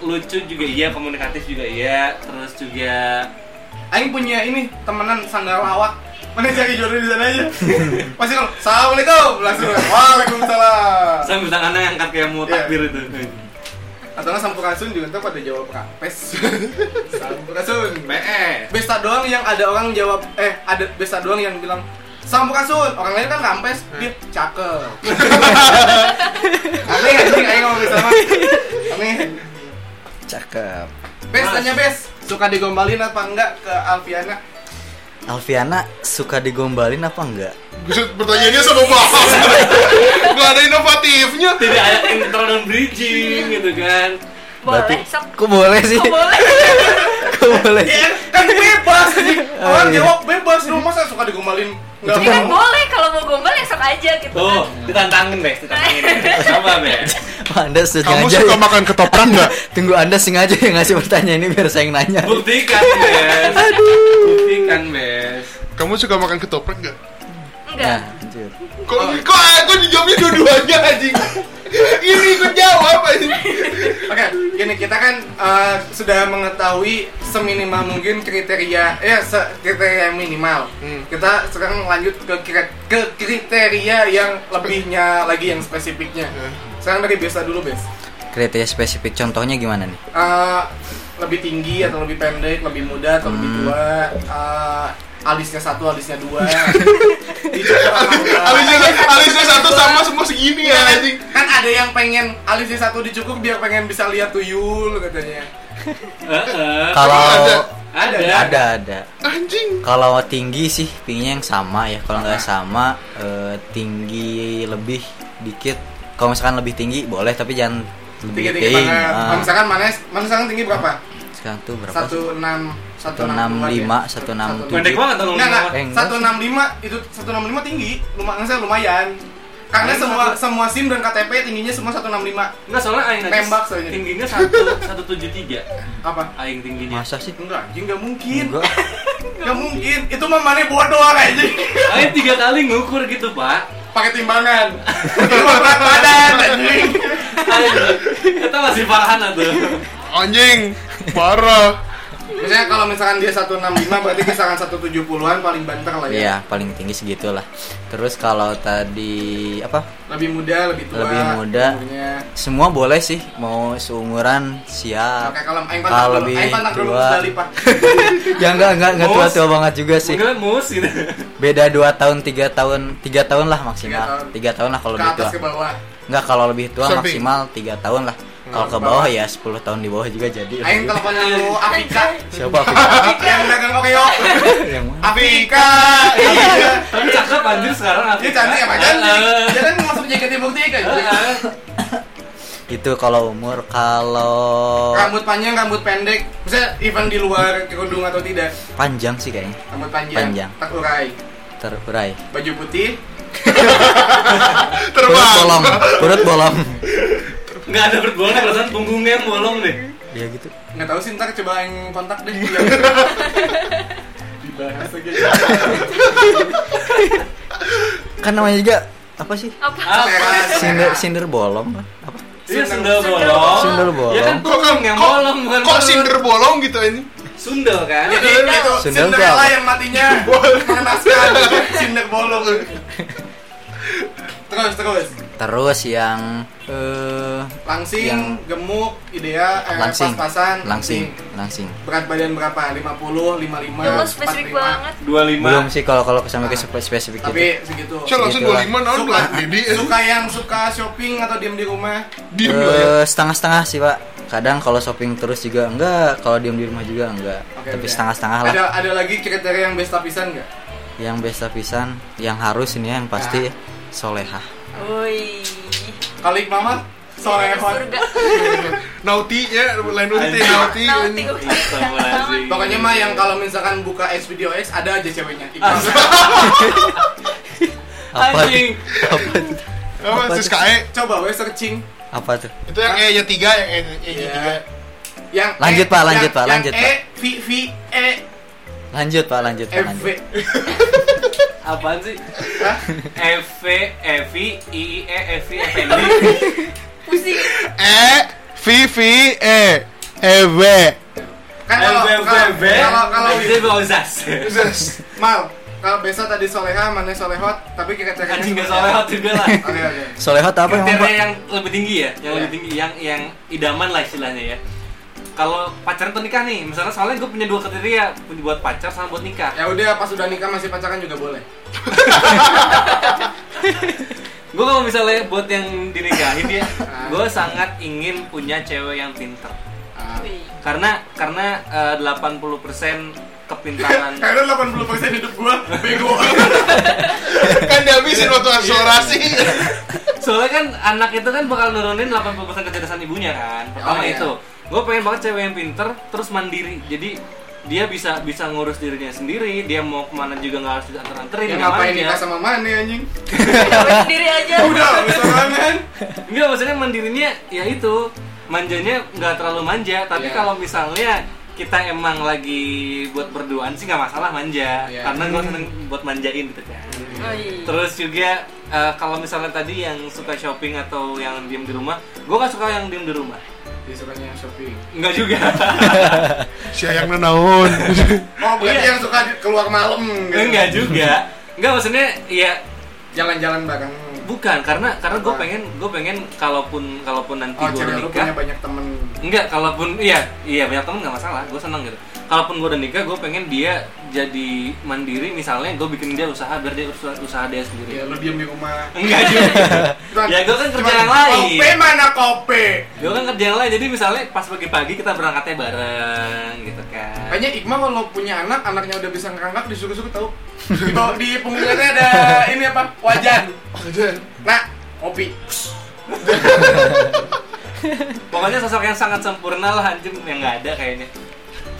Speaker 2: lucu juga iya, komunikatif juga iya. Terus juga
Speaker 1: Aing punya ini temenan sandal awak. Mana cari jodoh di sana aja. Pasti kalau Assalamualaikum langsung Waalaikumsalam.
Speaker 2: saya bilang anak angkat kayak mau
Speaker 1: Iya.
Speaker 2: takbir itu.
Speaker 1: Atau nggak Sampo Kasun juga ntar pada jawab rapes. Sampo Kasun.
Speaker 2: PE.
Speaker 1: Besta doang yang ada orang jawab eh ada Besta doang yang bilang Sampo kasun, orang lain kan rampes, dia cakep. Aneh anjing, ayo ngomong sama. Aneh.
Speaker 3: Cakep.
Speaker 1: Bes, tanya Bes, suka digombalin apa enggak ke Alfiana?
Speaker 3: Alfiana suka digombalin apa enggak?
Speaker 5: Buset, pertanyaannya sama banget. Gak ada inovatifnya.
Speaker 2: Tidak ada intro dan bridging gitu kan.
Speaker 4: Boleh, sok.
Speaker 3: Kok boleh sih?
Speaker 4: Kok boleh?
Speaker 3: Kok boleh?
Speaker 1: Iya, kan bebas nih.
Speaker 5: Oh,
Speaker 1: Orang
Speaker 5: iya.
Speaker 1: jawab bebas, lu masa suka digombalin? Enggak
Speaker 3: Itu
Speaker 4: Ya kan
Speaker 1: mau.
Speaker 4: boleh kalau mau gombal ya sok aja gitu
Speaker 2: Tuh,
Speaker 4: kan.
Speaker 2: Oh, ditantangin deh, ditantangin. Coba deh.
Speaker 3: Anda
Speaker 5: Kamu
Speaker 3: sengaja
Speaker 5: suka
Speaker 3: ya?
Speaker 5: makan ketoprak nggak?
Speaker 3: Tunggu Anda sengaja yang ngasih pertanyaan ini biar saya yang nanya.
Speaker 2: Buktikan, Bes. Buktikan, Bes.
Speaker 5: Kamu suka makan ketoprak nggak? Oh.
Speaker 4: Enggak.
Speaker 3: Nah, anjir.
Speaker 5: Kok kok aku dijawabnya dua-duanya anjing. Ini ikut jawab anjing.
Speaker 1: Oke, gini kita kan eh, sudah mengetahui seminimal mungkin kriteria ya se kriteria yang minimal.
Speaker 5: Hmm.
Speaker 1: Kita sekarang lanjut ke kri- ke kriteria yang lebihnya lagi yang spesifiknya.
Speaker 5: Hmm.
Speaker 1: Sekarang dari biasa dulu, Bes.
Speaker 3: Kriteria spesifik contohnya gimana nih?
Speaker 1: Eh, lebih tinggi atau lebih pendek, lebih muda atau
Speaker 5: Hmm.
Speaker 1: lebih tua, eh, alisnya satu, alisnya dua. Dicukur apa enggak?
Speaker 5: Alisnya alisnya satu sama semua segini ya anjing.
Speaker 1: kan ada yang pengen alisnya satu dicukur biar pengen bisa lihat tuyul katanya.
Speaker 2: Heeh.
Speaker 5: Nah, ada.
Speaker 3: Kalau
Speaker 2: Ada.
Speaker 3: ada ada.
Speaker 5: Anjing.
Speaker 3: Kalau tinggi sih pinginnya yang sama ya. Kalau nggak sama eh, tinggi lebih dikit. Kalau misalkan lebih tinggi boleh tapi jangan lebih
Speaker 1: Tinggi-tinggi
Speaker 3: pink.
Speaker 1: banget.
Speaker 3: Ah,
Speaker 1: Nah, misalkan mana, mana sekarang tinggi berapa?
Speaker 3: sekarang tuh berapa? sih?
Speaker 1: satu enam satu enam
Speaker 3: 165, 167.
Speaker 2: Pendek banget dong.
Speaker 1: enggak enggak
Speaker 3: Eh, enggak.
Speaker 1: satu enam lima itu satu enam lima tinggi lumayan saya lumayan karena semua semua sim dan KTP tingginya semua satu enam lima
Speaker 2: Enggak soalnya aing aja
Speaker 1: Tembak soalnya.
Speaker 2: Tingginya 1 173.
Speaker 1: apa
Speaker 2: Aing tingginya.
Speaker 3: Masa sih?
Speaker 1: enggak anjing enggak mungkin
Speaker 3: Enggak.
Speaker 1: enggak mungkin itu mah mana bodoh aja
Speaker 2: Aing tiga kali ngukur gitu, Pak.
Speaker 1: pakai timbangan Timbangan berat badan anjing
Speaker 2: Aing. Kita masih Farhan tuh.
Speaker 5: Anjing. Parah.
Speaker 1: misalnya kalau misalkan dia satu enam lima berarti kisaran satu tujuh puluhan paling banter lah ya
Speaker 3: Iya, paling tinggi segitulah. Terus kalau tadi apa?
Speaker 1: lebih muda lebih tua
Speaker 3: Lebih muda.
Speaker 1: umurnya.
Speaker 3: Semua boleh sih, mau seumuran siap.
Speaker 1: Oke, kalau Aing
Speaker 3: Kalau
Speaker 1: pantang dulu,
Speaker 3: lebih
Speaker 1: Aing pantang dulu
Speaker 3: tua.
Speaker 1: Musdalifah.
Speaker 3: ya enggak enggak enggak
Speaker 2: Bos.
Speaker 3: tua-tua banget juga sih.
Speaker 2: Enggak mus gitu.
Speaker 3: Beda 2 tahun, 3 tahun, 3 tahun lah maksimal.
Speaker 1: Tiga
Speaker 3: 3 tahun
Speaker 1: tahun.
Speaker 3: lah kalau
Speaker 1: Ke
Speaker 3: lebih
Speaker 1: atas
Speaker 3: tua.
Speaker 1: ke bawah.
Speaker 3: Enggak kalau lebih tua
Speaker 5: Samping.
Speaker 3: maksimal 3 tahun lah. Kalau ke
Speaker 1: ke
Speaker 3: bawah
Speaker 1: Hmm, bawah.
Speaker 3: ya 10 tahun di bawah juga jadi. Iya.
Speaker 1: Aing teleponnya lu Afika.
Speaker 3: Siapa aku?
Speaker 1: Afika yang dagang Oreo.
Speaker 3: Yang mana?
Speaker 1: Afika. Iya.
Speaker 2: Tapi cakep anjir sekarang aku.
Speaker 1: Dia cantik emang cantik. Dia kan masuk JKT48 kan.
Speaker 3: Itu kalau umur kalau
Speaker 1: Rambut panjang, rambut pendek. Bisa event di luar kerudung atau tidak?
Speaker 3: panjang sih kayaknya.
Speaker 1: Rambut panjang.
Speaker 3: Panjang.
Speaker 1: Terurai.
Speaker 3: Terurai.
Speaker 1: Baju putih.
Speaker 3: Perut bolong,
Speaker 5: Terbang.
Speaker 3: perut bolong.
Speaker 2: Enggak ada berbolongnya perasaan punggungnya yang bolong deh.
Speaker 3: ya gitu.
Speaker 1: Nggak tahu sih ntar coba yang kontak deh.
Speaker 2: Iya,
Speaker 1: Dibahas lagi.
Speaker 3: Kan namanya juga apa sih?
Speaker 1: Nah.
Speaker 4: Apa?
Speaker 2: Apa?
Speaker 3: Sinder sinder bolong apa?
Speaker 2: Iya sendal bolong.
Speaker 3: Sindel bolong.
Speaker 2: Ya kan
Speaker 5: Kok
Speaker 2: punggung yang bolong bukan
Speaker 5: kok
Speaker 2: perut.
Speaker 5: sinder bolong gitu anjing?
Speaker 2: Sundel kan?
Speaker 1: Jadi itu
Speaker 3: Sundel
Speaker 1: Cinderella
Speaker 3: berapa?
Speaker 1: yang matinya mengenaskan Cinder bolong Terus terus
Speaker 3: Terus yang eh
Speaker 1: Langsing,
Speaker 3: Yang-
Speaker 1: gemuk, idea, eh,
Speaker 3: langsing.
Speaker 1: pas-pasan
Speaker 3: langsing, langsing.
Speaker 1: Berat badan berapa? 50, 55,
Speaker 4: Ya lo spesifik banget.
Speaker 2: 25
Speaker 3: Belum sih kalau kalau sampai ke spe- spesifik
Speaker 1: Tapi
Speaker 3: gitu.
Speaker 1: segitu
Speaker 5: Cok langsung
Speaker 3: Itulah.
Speaker 5: 25 tahun
Speaker 1: Suka,
Speaker 5: lah Dedi
Speaker 1: suka yang suka shopping atau diem di rumah
Speaker 5: Diem
Speaker 3: Eh,
Speaker 5: lo ya
Speaker 3: setengah-setengah sih, Pak. Kadang kalau shopping terus juga enggak, kalau diam di rumah juga enggak.
Speaker 1: Oke,
Speaker 3: Tapi
Speaker 1: udah.
Speaker 3: setengah-setengah lah.
Speaker 1: Ada ada lagi kriteria yang besta pisan nggak?
Speaker 3: Yang besta pisan, yang harus ini ya, yang pasti
Speaker 1: Ah.
Speaker 3: solehah.
Speaker 4: Woi.
Speaker 1: Kalau Iqmamah, soalnya
Speaker 4: Surga.
Speaker 5: Nauti ya Lain uti
Speaker 2: Anjing.
Speaker 5: Nauti
Speaker 4: Nauti.
Speaker 2: Astagfirullahaladzim.
Speaker 1: Pokoknya mah yang kalau misalkan buka X video X ada aja ceweknya. Iqbal.
Speaker 4: Ah.
Speaker 3: Apa tuh?
Speaker 2: Anjing.
Speaker 3: Apa tuh?
Speaker 5: Apa
Speaker 3: Apa
Speaker 5: Siska E
Speaker 1: Coba we searching
Speaker 3: Apa tuh?
Speaker 5: Itu yang E nya 3 Yang E nya
Speaker 2: Ya.
Speaker 1: Iya.
Speaker 5: 3
Speaker 1: yang
Speaker 3: Lanjut,
Speaker 1: E,
Speaker 3: Pak, lanjut,
Speaker 1: yang-
Speaker 3: Pak,
Speaker 1: yang
Speaker 3: lanjut,
Speaker 1: E
Speaker 3: Pak.
Speaker 1: V V E
Speaker 3: Lanjut, Pak, lanjut, Pak,
Speaker 1: F V.
Speaker 3: lanjut.
Speaker 2: Apaan sih?
Speaker 1: Hah?
Speaker 2: F V E V I I E F V F N D.
Speaker 4: Pusing.
Speaker 5: E V V E E W
Speaker 1: Kan kalau
Speaker 2: F, V,
Speaker 1: kalau-
Speaker 2: V,
Speaker 1: kalau kalau
Speaker 2: F, V, V, Ozas.
Speaker 5: Zes.
Speaker 1: mal kalau besta tadi soleha mana solehot tapi kriteria
Speaker 2: Anjing gak soleh juga lah.
Speaker 1: Oke oke.
Speaker 3: Solehah apa Iya. emang,
Speaker 2: Kriteria
Speaker 3: Pak?
Speaker 2: yang lebih tinggi ya, yang lebih tinggi, yang yang idaman lah istilahnya ya. Kalau pacaran atau nikah nih, misalnya soalnya gue punya dua kriteria punya buat pacar sama buat nikah.
Speaker 1: Ya udah pas udah nikah masih pacaran juga boleh.
Speaker 2: Gue kalau misalnya buat yang dinikahin ya, gue sangat ingin punya cewek yang pinter.
Speaker 1: Ah.
Speaker 4: Wih.
Speaker 2: Karena karena eh, 80% kepintaran
Speaker 1: Karena 80% hidup gua bego.
Speaker 5: Kan dihabisin waktu akselerasi
Speaker 2: Iya, Soalnya kan anak itu kan bakal nurunin 80% kecerdasan ibunya kan. Pertama
Speaker 1: Oh, iya.
Speaker 2: itu. Gue pengen banget cewek yang pinter terus mandiri. Jadi dia bisa bisa ngurus dirinya sendiri, dia mau kemana juga nggak harus diantar-anterin
Speaker 1: Ya
Speaker 2: kemana
Speaker 1: ngapain
Speaker 2: aja.
Speaker 1: nikah sama mana anjing? Ya
Speaker 4: Coba sendiri aja.
Speaker 1: Udah, kan, misalkan.
Speaker 2: Enggak maksudnya mandirinya ya itu manjanya nggak terlalu manja tapi
Speaker 1: Iya.
Speaker 2: kalau misalnya kita emang lagi buat berduaan sih nggak masalah manja
Speaker 1: Iya.
Speaker 2: karena gue seneng buat manjain gitu kan
Speaker 4: Woi.
Speaker 2: terus juga eh, kalau misalnya tadi yang suka shopping atau yang diem di rumah gue gak suka yang diem di rumah
Speaker 1: Dia sukanya yang shopping.
Speaker 2: Enggak juga.
Speaker 5: Sayangnya naon
Speaker 1: Oh, berarti
Speaker 2: Iya.
Speaker 1: yang suka di- keluar malam gitu.
Speaker 2: Enggak juga. Enggak maksudnya ya
Speaker 1: Jalan-jalan bareng.
Speaker 2: bukan karena karena gue pengen gue pengen kalaupun kalaupun nanti
Speaker 1: Oh,
Speaker 2: gue
Speaker 1: cewek
Speaker 2: udah
Speaker 1: lu
Speaker 2: nikah
Speaker 1: punya banyak temen.
Speaker 2: enggak kalaupun iya iya banyak temen nggak masalah gue seneng gitu kalaupun gue udah nikah gue pengen dia jadi mandiri misalnya gue bikin dia usaha biar dia usaha, usaha dia
Speaker 1: Ya,
Speaker 2: sendiri
Speaker 1: lu diem di rumah.
Speaker 2: enggak juga ya gue kan kerja yang lain
Speaker 1: Kopi mana kopi?
Speaker 2: gue kan kerja yang lain jadi misalnya pas pagi-pagi kita berangkatnya bareng gitu kan
Speaker 1: Kayaknya Iqma kalau punya anak, anaknya udah bisa ngangkat disuruh-suruh tahu. Di bawah di punggungnya ada ini apa? Wajan. Nah, kopi.
Speaker 2: pokoknya sosok yang sangat sempurna lah anjing yang nggak ada kayaknya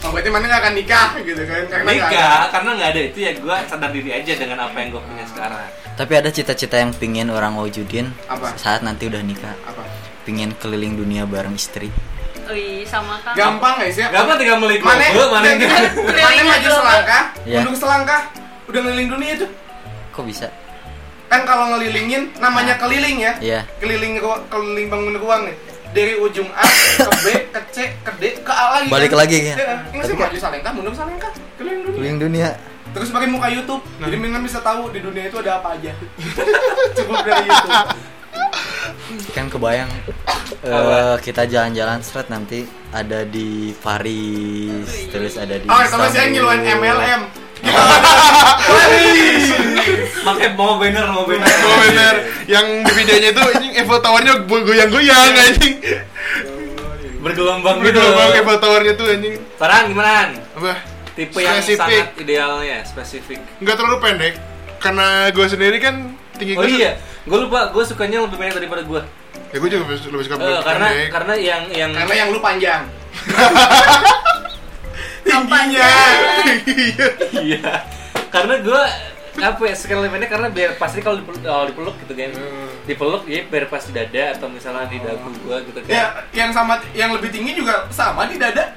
Speaker 1: Oh, berarti mana nggak akan nikah gitu kan? Karena nggak ada.
Speaker 2: Enggak, karena nggak ada itu ya gue sadar diri aja dengan apa yang gue punya sekarang.
Speaker 3: Tapi ada cita-cita yang pingin orang wujudin
Speaker 1: Apa?
Speaker 3: saat nanti udah nikah.
Speaker 1: Apa?
Speaker 3: Pingin keliling dunia bareng istri.
Speaker 4: Wih, sama Kang.
Speaker 1: Gampang nggak sih? ya?
Speaker 2: Gak apa tinggal melek
Speaker 1: Mana?
Speaker 2: gue, mana
Speaker 1: Mana
Speaker 2: enggak.
Speaker 1: mana maju selangkah,
Speaker 3: Iya.
Speaker 1: mundur selangkah, udah ngeliling dunia tuh.
Speaker 3: Kok bisa?
Speaker 1: Kan kalau ngelilingin, namanya keliling ya.
Speaker 3: Iya.
Speaker 1: Keliling ru- keliling bangun ruang nih. Dari ujung A ke B ke C ke D ke A lagi.
Speaker 3: Balik lagi, ya.
Speaker 1: Iya, Ini sih
Speaker 3: Tapi-
Speaker 1: maju salengkah, mundur salengkah, keliling dunia.
Speaker 3: Keliling Nah. dunia.
Speaker 1: Terus pakai muka YouTube, jadi mendingan bisa tahu di dunia itu ada apa aja. Cukup dari YouTube.
Speaker 3: Kan kebayang eh, kita jalan-jalan seret nanti ada di Paris, terus ada di
Speaker 1: Oh, sama si
Speaker 3: Istanbul.
Speaker 1: Angel MLM.
Speaker 2: Pakai mau banner, mau banner. Iya,
Speaker 5: Oh bener Yang di videonya itu anjing Eiffel Towernya go- goyang-goyang
Speaker 2: Iya.
Speaker 5: anjing
Speaker 2: Bergelombang
Speaker 5: Udah
Speaker 2: gitu.
Speaker 5: dua bang Eiffel Towernya tuh anjing
Speaker 2: Saran gimana? Ran?
Speaker 5: Apa?
Speaker 2: Tipe yang
Speaker 5: Spesifik.
Speaker 2: sangat idealnya, spesifik.
Speaker 5: Nggak terlalu pendek Karena gue sendiri kan tinggi
Speaker 2: Oh
Speaker 5: gue
Speaker 2: iya, gue lupa, gue sukanya lebih banyak daripada gue.
Speaker 5: Ya gue juga lebih suka
Speaker 2: Eh, karena karena yang yang
Speaker 1: Karena yang lu panjang. Tingginya.
Speaker 2: iya. Karena gue apa ya sekali mainnya karena biar pasti kalau dipeluk, kalau dipeluk gitu kan dipeluk ya biar pas di dada atau misalnya di dagu gue gitu kan
Speaker 1: Ya, yang sama yang lebih tinggi juga sama di dada.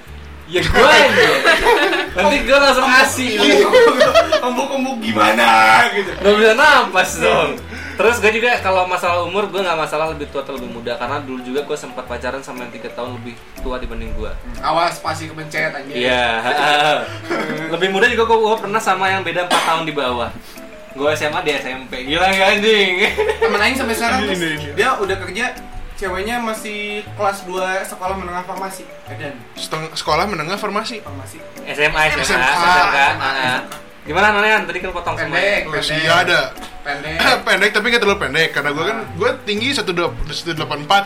Speaker 2: Ya gue aja. Nanti gue langsung asik.
Speaker 1: Embuk-embuk gimana gitu.
Speaker 2: Gak bisa nafas dong. Terus gue juga kalau masalah umur gue nggak masalah lebih tua atau lebih muda karena dulu juga gue sempat pacaran sama yang tiga tahun lebih tua dibanding gue.
Speaker 1: Awas pasti kepencet aja.
Speaker 2: Iya. lebih muda juga gue, gue pernah sama yang beda 4 tahun di bawah. Gue SMA di SMP. Gila nggak anjing?
Speaker 1: Temen Aing sampai sekarang
Speaker 5: Ini,
Speaker 1: terus
Speaker 5: ini, ini.
Speaker 1: dia udah kerja ceweknya masih kelas 2 sekolah menengah farmasi. Edan,
Speaker 5: Seteng- sekolah menengah farmasi
Speaker 1: farmasi.
Speaker 2: SMA, SMA,
Speaker 1: SMA.
Speaker 2: SMK. ah. Gimana Nolan? Tadi kan potong semua.
Speaker 1: Pendek,
Speaker 5: Oh, sih
Speaker 1: pendek.
Speaker 5: ada
Speaker 1: Pendek.
Speaker 5: pendek tapi nggak terlalu pendek karena gue kan gue tinggi 184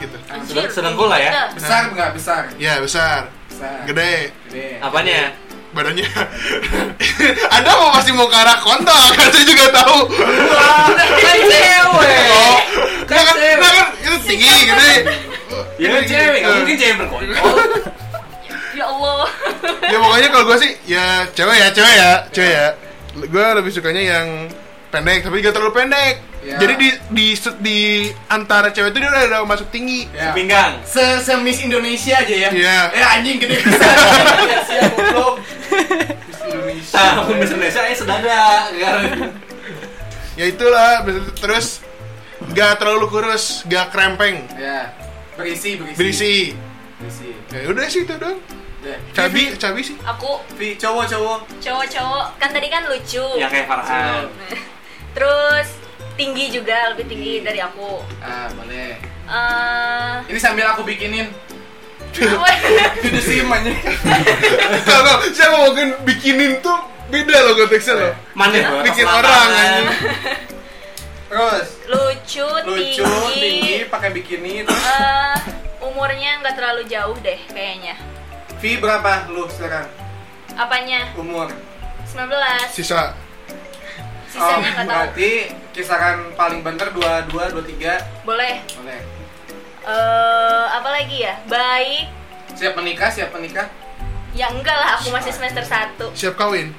Speaker 5: gitu
Speaker 4: Anjir.
Speaker 2: sedang gula ya?
Speaker 4: Udah.
Speaker 1: Besar enggak besar?
Speaker 5: ya besar
Speaker 1: Besar.
Speaker 5: gede
Speaker 1: Gede.
Speaker 2: Apanya?
Speaker 5: badannya ada mau masih mau ke arah kontol kan saya juga tahu
Speaker 2: Kan cewek.
Speaker 5: oh nah kan,
Speaker 2: cewek.
Speaker 5: nah kan itu tinggi gede Iya, Nah,
Speaker 2: Ya kan cewek, nggak mungkin cewek berkontol.
Speaker 4: Ya Allah.
Speaker 5: ya pokoknya kalau gue sih ya cewek ya cewek ya cewek ya gue lebih sukanya yang pendek tapi gak terlalu pendek
Speaker 1: Ya.
Speaker 5: jadi di, di di antara cewek itu dia udah, udah masuk tinggi
Speaker 1: Ya.
Speaker 2: Pinggang.
Speaker 1: Se semis Indonesia aja ya.
Speaker 5: Iya.
Speaker 1: Eh anjing gede besar. Indonesia goblok. Miss Indonesia.
Speaker 2: Ah, pun Miss Indonesia eh sedada.
Speaker 5: ya itulah terus gak terlalu kurus gak krempeng
Speaker 1: Ya. Berisi, berisi.
Speaker 5: berisi
Speaker 1: Berisi.
Speaker 5: ya udah sih itu dong
Speaker 1: Udah.
Speaker 5: cabi cabi sih
Speaker 4: Aku
Speaker 1: Vi, cowok-cowok.
Speaker 4: cowok-cowok kan tadi kan lucu.
Speaker 2: Yang Ya, kayak Farhan.
Speaker 4: Ah. Terus tinggi juga lebih tinggi dari aku.
Speaker 1: Ah, boleh.
Speaker 4: Eh,
Speaker 1: Ini sambil aku bikinin.
Speaker 4: apa-
Speaker 1: Itu sih manjanya.
Speaker 5: Tau, tau, siapa mungkin bikinin tuh beda loh konteksnya loh
Speaker 2: Mana ya?
Speaker 5: bikin orang anjing
Speaker 1: Terus
Speaker 4: lucu,
Speaker 1: lucu,
Speaker 4: tinggi.
Speaker 1: tinggi, pakai bikini. Terus
Speaker 4: Eh, umurnya nggak terlalu jauh deh kayaknya.
Speaker 1: Vi berapa lu sekarang?
Speaker 4: Apanya?
Speaker 1: Umur?
Speaker 4: 19.
Speaker 5: sisa
Speaker 1: Oh,
Speaker 4: Sisanya nggak tahu.
Speaker 1: berarti kisaran paling bener 22, 23
Speaker 4: Boleh.
Speaker 1: Boleh
Speaker 4: Eh, apa lagi ya? Baik.
Speaker 1: Siap menikah, siap menikah
Speaker 4: Ya enggak lah, aku masih semester 1.
Speaker 5: siap kawin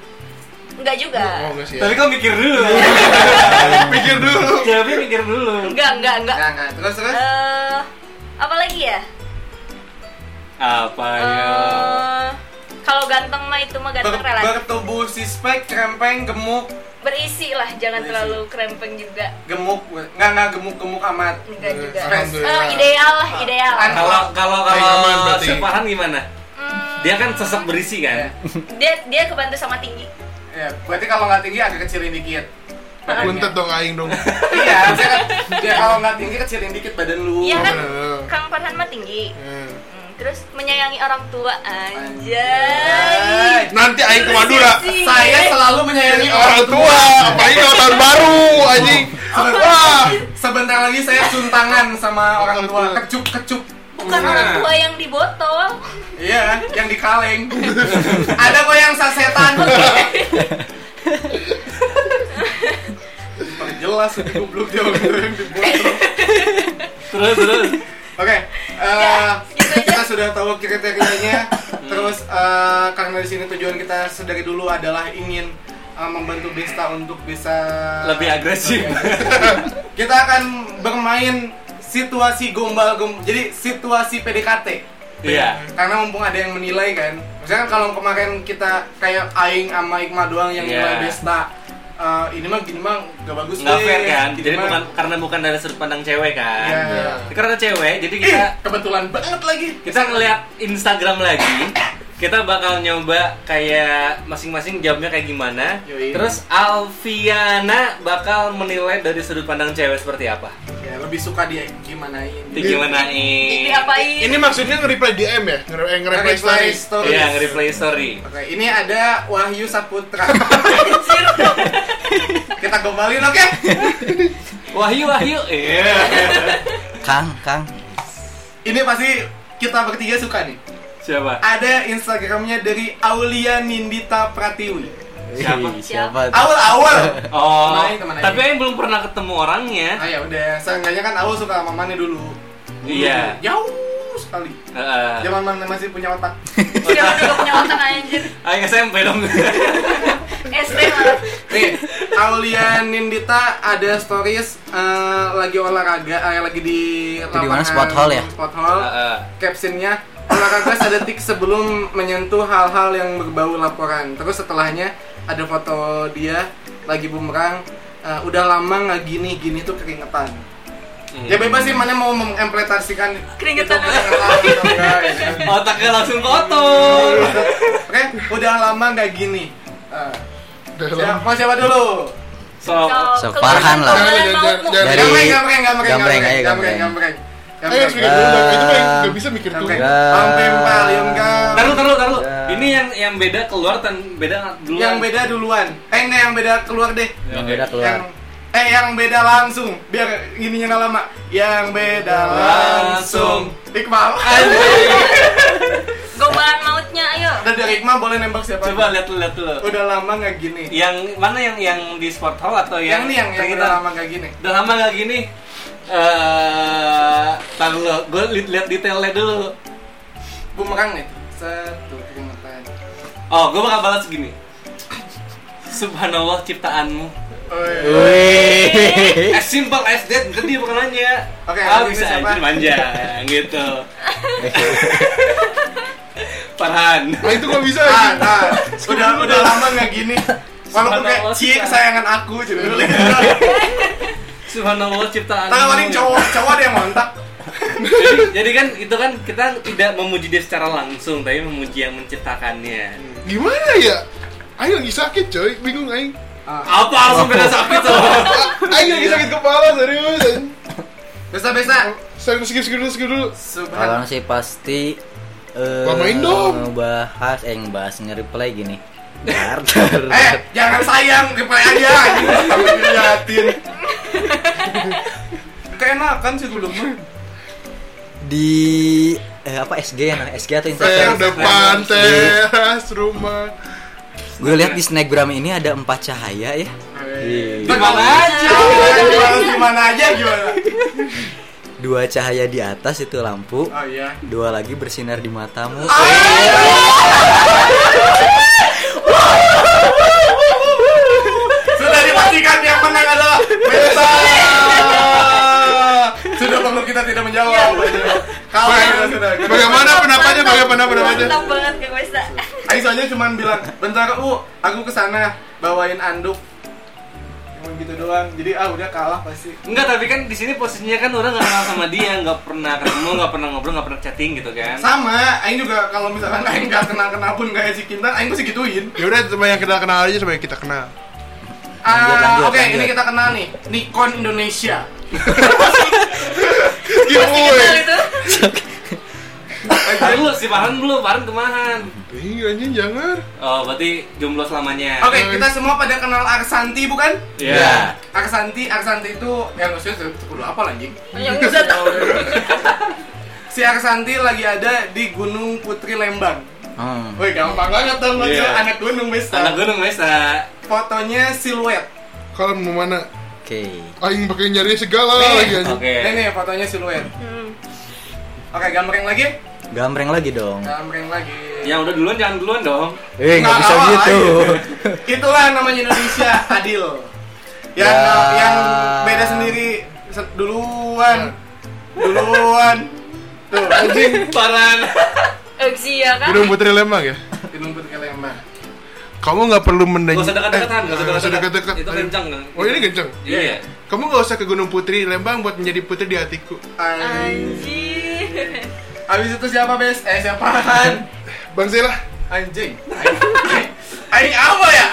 Speaker 4: Enggak juga.
Speaker 5: oh enggak sih
Speaker 2: Tapi
Speaker 5: ya.
Speaker 2: kau mikir dulu.
Speaker 5: pikir dulu
Speaker 2: Tapi mikir dulu.
Speaker 4: Enggak, enggak, enggak.
Speaker 1: Nah, nah, terus, terus
Speaker 4: Eh, apa lagi ya?
Speaker 2: Apa ya?
Speaker 4: Eh, kalau ganteng mah itu mah
Speaker 1: Ber-
Speaker 4: ganteng relatif.
Speaker 1: Bertubuh sispek, krempeng, gemuk
Speaker 4: Berisi lah, jangan
Speaker 1: Berisi.
Speaker 4: terlalu krempeng juga.
Speaker 1: Gemuk, nggak, nggak gemuk-gemuk amat
Speaker 4: Enggak
Speaker 5: Eh,
Speaker 4: juga.
Speaker 5: alhamdulillah.
Speaker 4: Eh, ideal lah, ideal.
Speaker 1: An-
Speaker 2: Kalau kalau
Speaker 5: Baik, aman
Speaker 2: kalau
Speaker 5: berarti.
Speaker 2: si Farhan gimana?
Speaker 4: Hmm,
Speaker 2: Dia kan sosok berisi kan?
Speaker 4: dia dia kebantu sama tinggi.
Speaker 1: Ya, berarti kalau nggak tinggi agak kecilin dikit badannya.
Speaker 5: Buntet dong aing dong
Speaker 1: Iya, saya kan- ya, kalau nggak tinggi kecilin dikit badan lu
Speaker 4: Iya kan?
Speaker 5: bener.
Speaker 4: Kang Farhan mah tinggi.
Speaker 5: Eh.
Speaker 4: Hmm, terus menyayangi orang tua anjay.
Speaker 1: Anjay.
Speaker 5: nanti aing ke Madura
Speaker 4: Sisi.
Speaker 1: Saya selalu menyayangi orang tua
Speaker 5: apalagi kalau tahun baru anjing
Speaker 4: Iya,
Speaker 5: wah
Speaker 1: Sebentar lagi saya suntangan sama orang
Speaker 5: Orang
Speaker 1: tua
Speaker 5: tua.
Speaker 1: Kecup-kecup
Speaker 4: Bukan orang tua yang di botol.
Speaker 1: Iya, yang di kaleng. Ada kok yang sasetan. Perjelas ini goblok dia orang yang dibotol.
Speaker 2: Terus terus.
Speaker 1: Oke, eh, kita sudah tahu kriterianya. Terus eh, karena di sini tujuan kita sedari dulu adalah ingin eh, membantu Besta untuk bisa
Speaker 2: Lebih agresif.
Speaker 1: Lebih agresif. kita akan bermain situasi gombal gom jadi situasi PDKT
Speaker 2: Iya.
Speaker 1: karena mumpung ada yang menilai kan misalkan kalau kemarin kita kayak Aing sama Ikma doang yang
Speaker 2: Iya.
Speaker 1: nilai Besta eh, ini mah gini mah gak bagus
Speaker 2: Nggak
Speaker 1: deh,
Speaker 2: fair kan?
Speaker 1: gini
Speaker 2: Jadi
Speaker 1: mah-
Speaker 2: bukan karena bukan dari sudut pandang cewek
Speaker 1: Iya.
Speaker 2: kan? Karena cewek, jadi
Speaker 1: Ih,
Speaker 2: kita
Speaker 1: kebetulan banget lagi
Speaker 2: kita ngeliat Instagram lagi kita bakal nyoba kayak masing-masing jawabnya kayak gimana
Speaker 1: Yoi.
Speaker 2: terus Alfiana bakal menilai dari sudut pandang cewek seperti apa
Speaker 1: ya, lebih suka dia gimanain
Speaker 4: Tinggi
Speaker 2: digimanain
Speaker 4: apain?
Speaker 5: ini maksudnya nge-reply DM ya Nge- eh, nge-reply
Speaker 1: Reply
Speaker 5: story
Speaker 1: stories.
Speaker 2: iya nge-replay story
Speaker 1: Oke, ini ada Wahyu Saputra. kita gombalin, oke?
Speaker 2: wahyu wahyu iya
Speaker 3: Kang, Kang.
Speaker 1: Ini pasti kita bertiga suka nih.
Speaker 2: siapa
Speaker 1: Ada Instagramnya dari Aulia Nindita Pratiwi.
Speaker 2: Siapa?
Speaker 3: Ih, Siapa? tuh?
Speaker 1: Awal awal.
Speaker 2: oh
Speaker 1: Teman aing, teman aing.
Speaker 2: tapi yang belum pernah ketemu orangnya
Speaker 1: Ah ya udah, seenggaknya kan Aul suka sama Mane dulu. Dulu
Speaker 2: Iya.
Speaker 1: tuh Jauh sekali.
Speaker 2: Heeh.
Speaker 1: Zaman Mane masih punya otak.
Speaker 4: Dia udah punya otak anjir.
Speaker 2: Aing SMP dong
Speaker 4: SD malah.
Speaker 1: Nih, Aulia Nindita ada stories eh, lagi olahraga, eh, lagi di
Speaker 3: di mana,
Speaker 1: lapangan
Speaker 3: spot hall ya?
Speaker 1: Spot hall.
Speaker 2: Heeh.
Speaker 1: Captionnya olahraga sedetik sebelum menyentuh hal-hal yang berbau laporan. Terus setelahnya ada foto dia lagi bumerang eh, eh, udah lama nggak gini gini tuh keringetan ya bebas sih mana mau mengemplementasikan
Speaker 4: Keringetan
Speaker 1: itu,
Speaker 4: apa?
Speaker 1: keringetan atau enggak, ya kan.
Speaker 2: Otaknya langsung kotor.
Speaker 1: oke udah lama nggak gini Eh, siapa
Speaker 5: Dalam
Speaker 1: mau siapa dulu
Speaker 2: Oh, So,
Speaker 3: Separhan lah.
Speaker 4: Kalau kalian
Speaker 5: Jangan,
Speaker 4: mau-
Speaker 5: jangan, jangan.
Speaker 1: gambreng gambreng gambreng
Speaker 3: Gambreng aja,
Speaker 1: gambreng
Speaker 3: gambreng.
Speaker 1: gambreng
Speaker 5: Eh, harus mikir
Speaker 1: gambreng
Speaker 5: dulu, Bang. Itu Bang, nggak bisa mikir dulu.
Speaker 1: gambreng sampai palium
Speaker 2: taruh taruh taruh.
Speaker 3: Ya.
Speaker 2: Ini yang yang beda keluar dan beda dulu.
Speaker 1: yang beda duluan eh ini yang beda keluar deh
Speaker 3: Yang beda keluar.
Speaker 1: yang eh yang beda langsung biar ininya nggak lama yang beda langsung Iqbal
Speaker 4: Gombalan mautnya ayo.
Speaker 1: udah dari Iqbal boleh nembak siapa
Speaker 2: Coba lihat dulu lihat dulu.
Speaker 1: udah lama nggak gini
Speaker 2: Yang mana yang yang di sport hall atau
Speaker 1: yang,
Speaker 2: yang
Speaker 1: nih yang, yang
Speaker 2: kita-
Speaker 1: udah lama nggak gini
Speaker 2: Udah lama nggak gini. Eh, tar dulu, gue lihat lihat detailnya dulu.
Speaker 1: bumerang nih satu keringetan
Speaker 2: Oh, gue bakal balas gini. Subhanallah ciptaanmu.
Speaker 1: Oh, iya.
Speaker 3: Wih.
Speaker 2: As simple as that, gede bukan nanya.
Speaker 1: Eh. Oke,
Speaker 2: ah,
Speaker 1: lanjut
Speaker 2: bisa
Speaker 1: siapa?
Speaker 2: aja manja gitu. Farhan.
Speaker 5: Nah, itu nggak bisa.
Speaker 1: Ah, nah,
Speaker 5: gitu.
Speaker 1: udah udah lama nggak gini walaupun kayak cie kesayangan aku gitu. jadi
Speaker 2: Subhanallah ciptaanmu.
Speaker 1: tapi paling cowok cowok ada yang montak
Speaker 2: Jadi, jadi kan itu kan kita tidak memuji dia secara langsung, tapi memuji yang
Speaker 1: Hmm.
Speaker 2: menciptakannya.
Speaker 5: Gimana ya? Ayo lagi sakit coy, bingung aing.
Speaker 2: Apa harus beda
Speaker 1: Oh.
Speaker 2: sakit loh?
Speaker 5: Aing lagi sakit kepala serius. aing.
Speaker 1: bisa bisa
Speaker 5: Saya skip skip dulu skip dulu.
Speaker 1: subhan
Speaker 3: Kalau sih pasti eh
Speaker 5: Lamain dong.
Speaker 3: Ngebahas eh ngebahas nge-reply gini. Dar, dar,
Speaker 1: eh
Speaker 3: dar.
Speaker 1: jangan sayang reply aja anjing diliatin keenakan sih dulu mah
Speaker 3: di eh, apa SG ya nah SG atau
Speaker 5: Saya
Speaker 3: Instagram
Speaker 5: Eh, udah pantes rumah.
Speaker 3: gue lihat di snapgram ini ada empat cahaya ya
Speaker 1: Di mana aja di mana aja gimana
Speaker 3: dua cahaya di atas itu lampu
Speaker 1: oh iya
Speaker 3: dua lagi bersinar di matamu
Speaker 1: sudah dipastikan yang menang adalah Meta sudah perlu kita tidak menjawab kalau sudah sudah
Speaker 5: Bagaimana pendapatnya? Bagaimana pendapatnya?
Speaker 4: Mantap banget Kak Wesa.
Speaker 1: Aing soalnya cuma bilang, bentar u, aku kesana bawain anduk. Cuman gitu doang. Jadi ah udah kalah pasti.
Speaker 2: Enggak, tapi kan di sini posisinya kan orang nggak kenal sama dia, nggak pernah ketemu, nggak pernah ngobrol, nggak pernah chatting gitu kan.
Speaker 1: Sama, Aing juga kalau misalkan Aing gak kenal kenal pun kayak si Kintan, Aing pasti gituin.
Speaker 5: Ya udah sama yang kita kenal aja sama yang kita kenal.
Speaker 1: Ah,
Speaker 3: lanjut,
Speaker 1: Oke,
Speaker 3: lanjut.
Speaker 1: ini kita kenal nih, Nikon Indonesia.
Speaker 4: Kenal
Speaker 5: Giveaway.
Speaker 4: itu.
Speaker 2: Tadi lu si Eh, Farhan belum, Farhan kemahan.
Speaker 5: Ih anjing jangan.
Speaker 2: Oh, berarti jomblo selamanya.
Speaker 1: Oke, kita semua pada kenal Arsanti bukan?
Speaker 2: Iya.
Speaker 1: Arsanti, Arsanti itu yang maksudnya sepuluh apa anjing?
Speaker 4: Yang bisa tahu.
Speaker 1: Si Arsanti lagi ada di Gunung Putri Lembang.
Speaker 3: hmm.
Speaker 1: Woi, gampang banget dong, lo
Speaker 2: Iya.
Speaker 1: cuy. anak gunung bisa.
Speaker 2: Anak gunung Mesa.
Speaker 1: Fotonya siluet.
Speaker 5: Kalian mau mana?
Speaker 3: oke
Speaker 5: Aing pakai nyari segala
Speaker 1: Nih.
Speaker 5: lagi anjing.
Speaker 2: Oke.
Speaker 1: Ini nih fotonya siluet.
Speaker 3: Hmm.
Speaker 1: Oke, gambreng lagi.
Speaker 3: gambreng lagi dong
Speaker 1: Gambreng lagi.
Speaker 2: Yang Ya udah duluan jangan duluan dong.
Speaker 3: eh nggak
Speaker 1: Nggak
Speaker 3: bisa
Speaker 1: apa-apa,
Speaker 3: gitu
Speaker 1: Itulah namanya Indonesia adil. Yang
Speaker 3: Ya.
Speaker 1: yang beda sendiri se- duluan. Duluan. Tuh, anjing.
Speaker 2: Farhan.
Speaker 4: Euxia kan.
Speaker 5: Gunung Putri Lembang ya?
Speaker 1: Gunung Putri Lembang.
Speaker 5: Kamu nggak
Speaker 2: Gak
Speaker 5: perlu
Speaker 2: usah
Speaker 5: mendengar.
Speaker 2: dekat-dekatan, gak
Speaker 5: Nggak
Speaker 2: usah
Speaker 5: usah
Speaker 2: dekat-dekat.
Speaker 5: dekat-dekat.
Speaker 2: Itu kencang kan.
Speaker 5: Oh ini kenceng.
Speaker 2: Iya. iya.
Speaker 5: Kamu nggak usah ke Gunung Putri Lembang buat menjadi putri di hatiku.
Speaker 1: Anjing.
Speaker 4: Anjir.
Speaker 1: Abis itu siapa, Bes? Eh, siapa?
Speaker 5: Bang Zela.
Speaker 1: Anjing. Anjing. Anjing apa ya?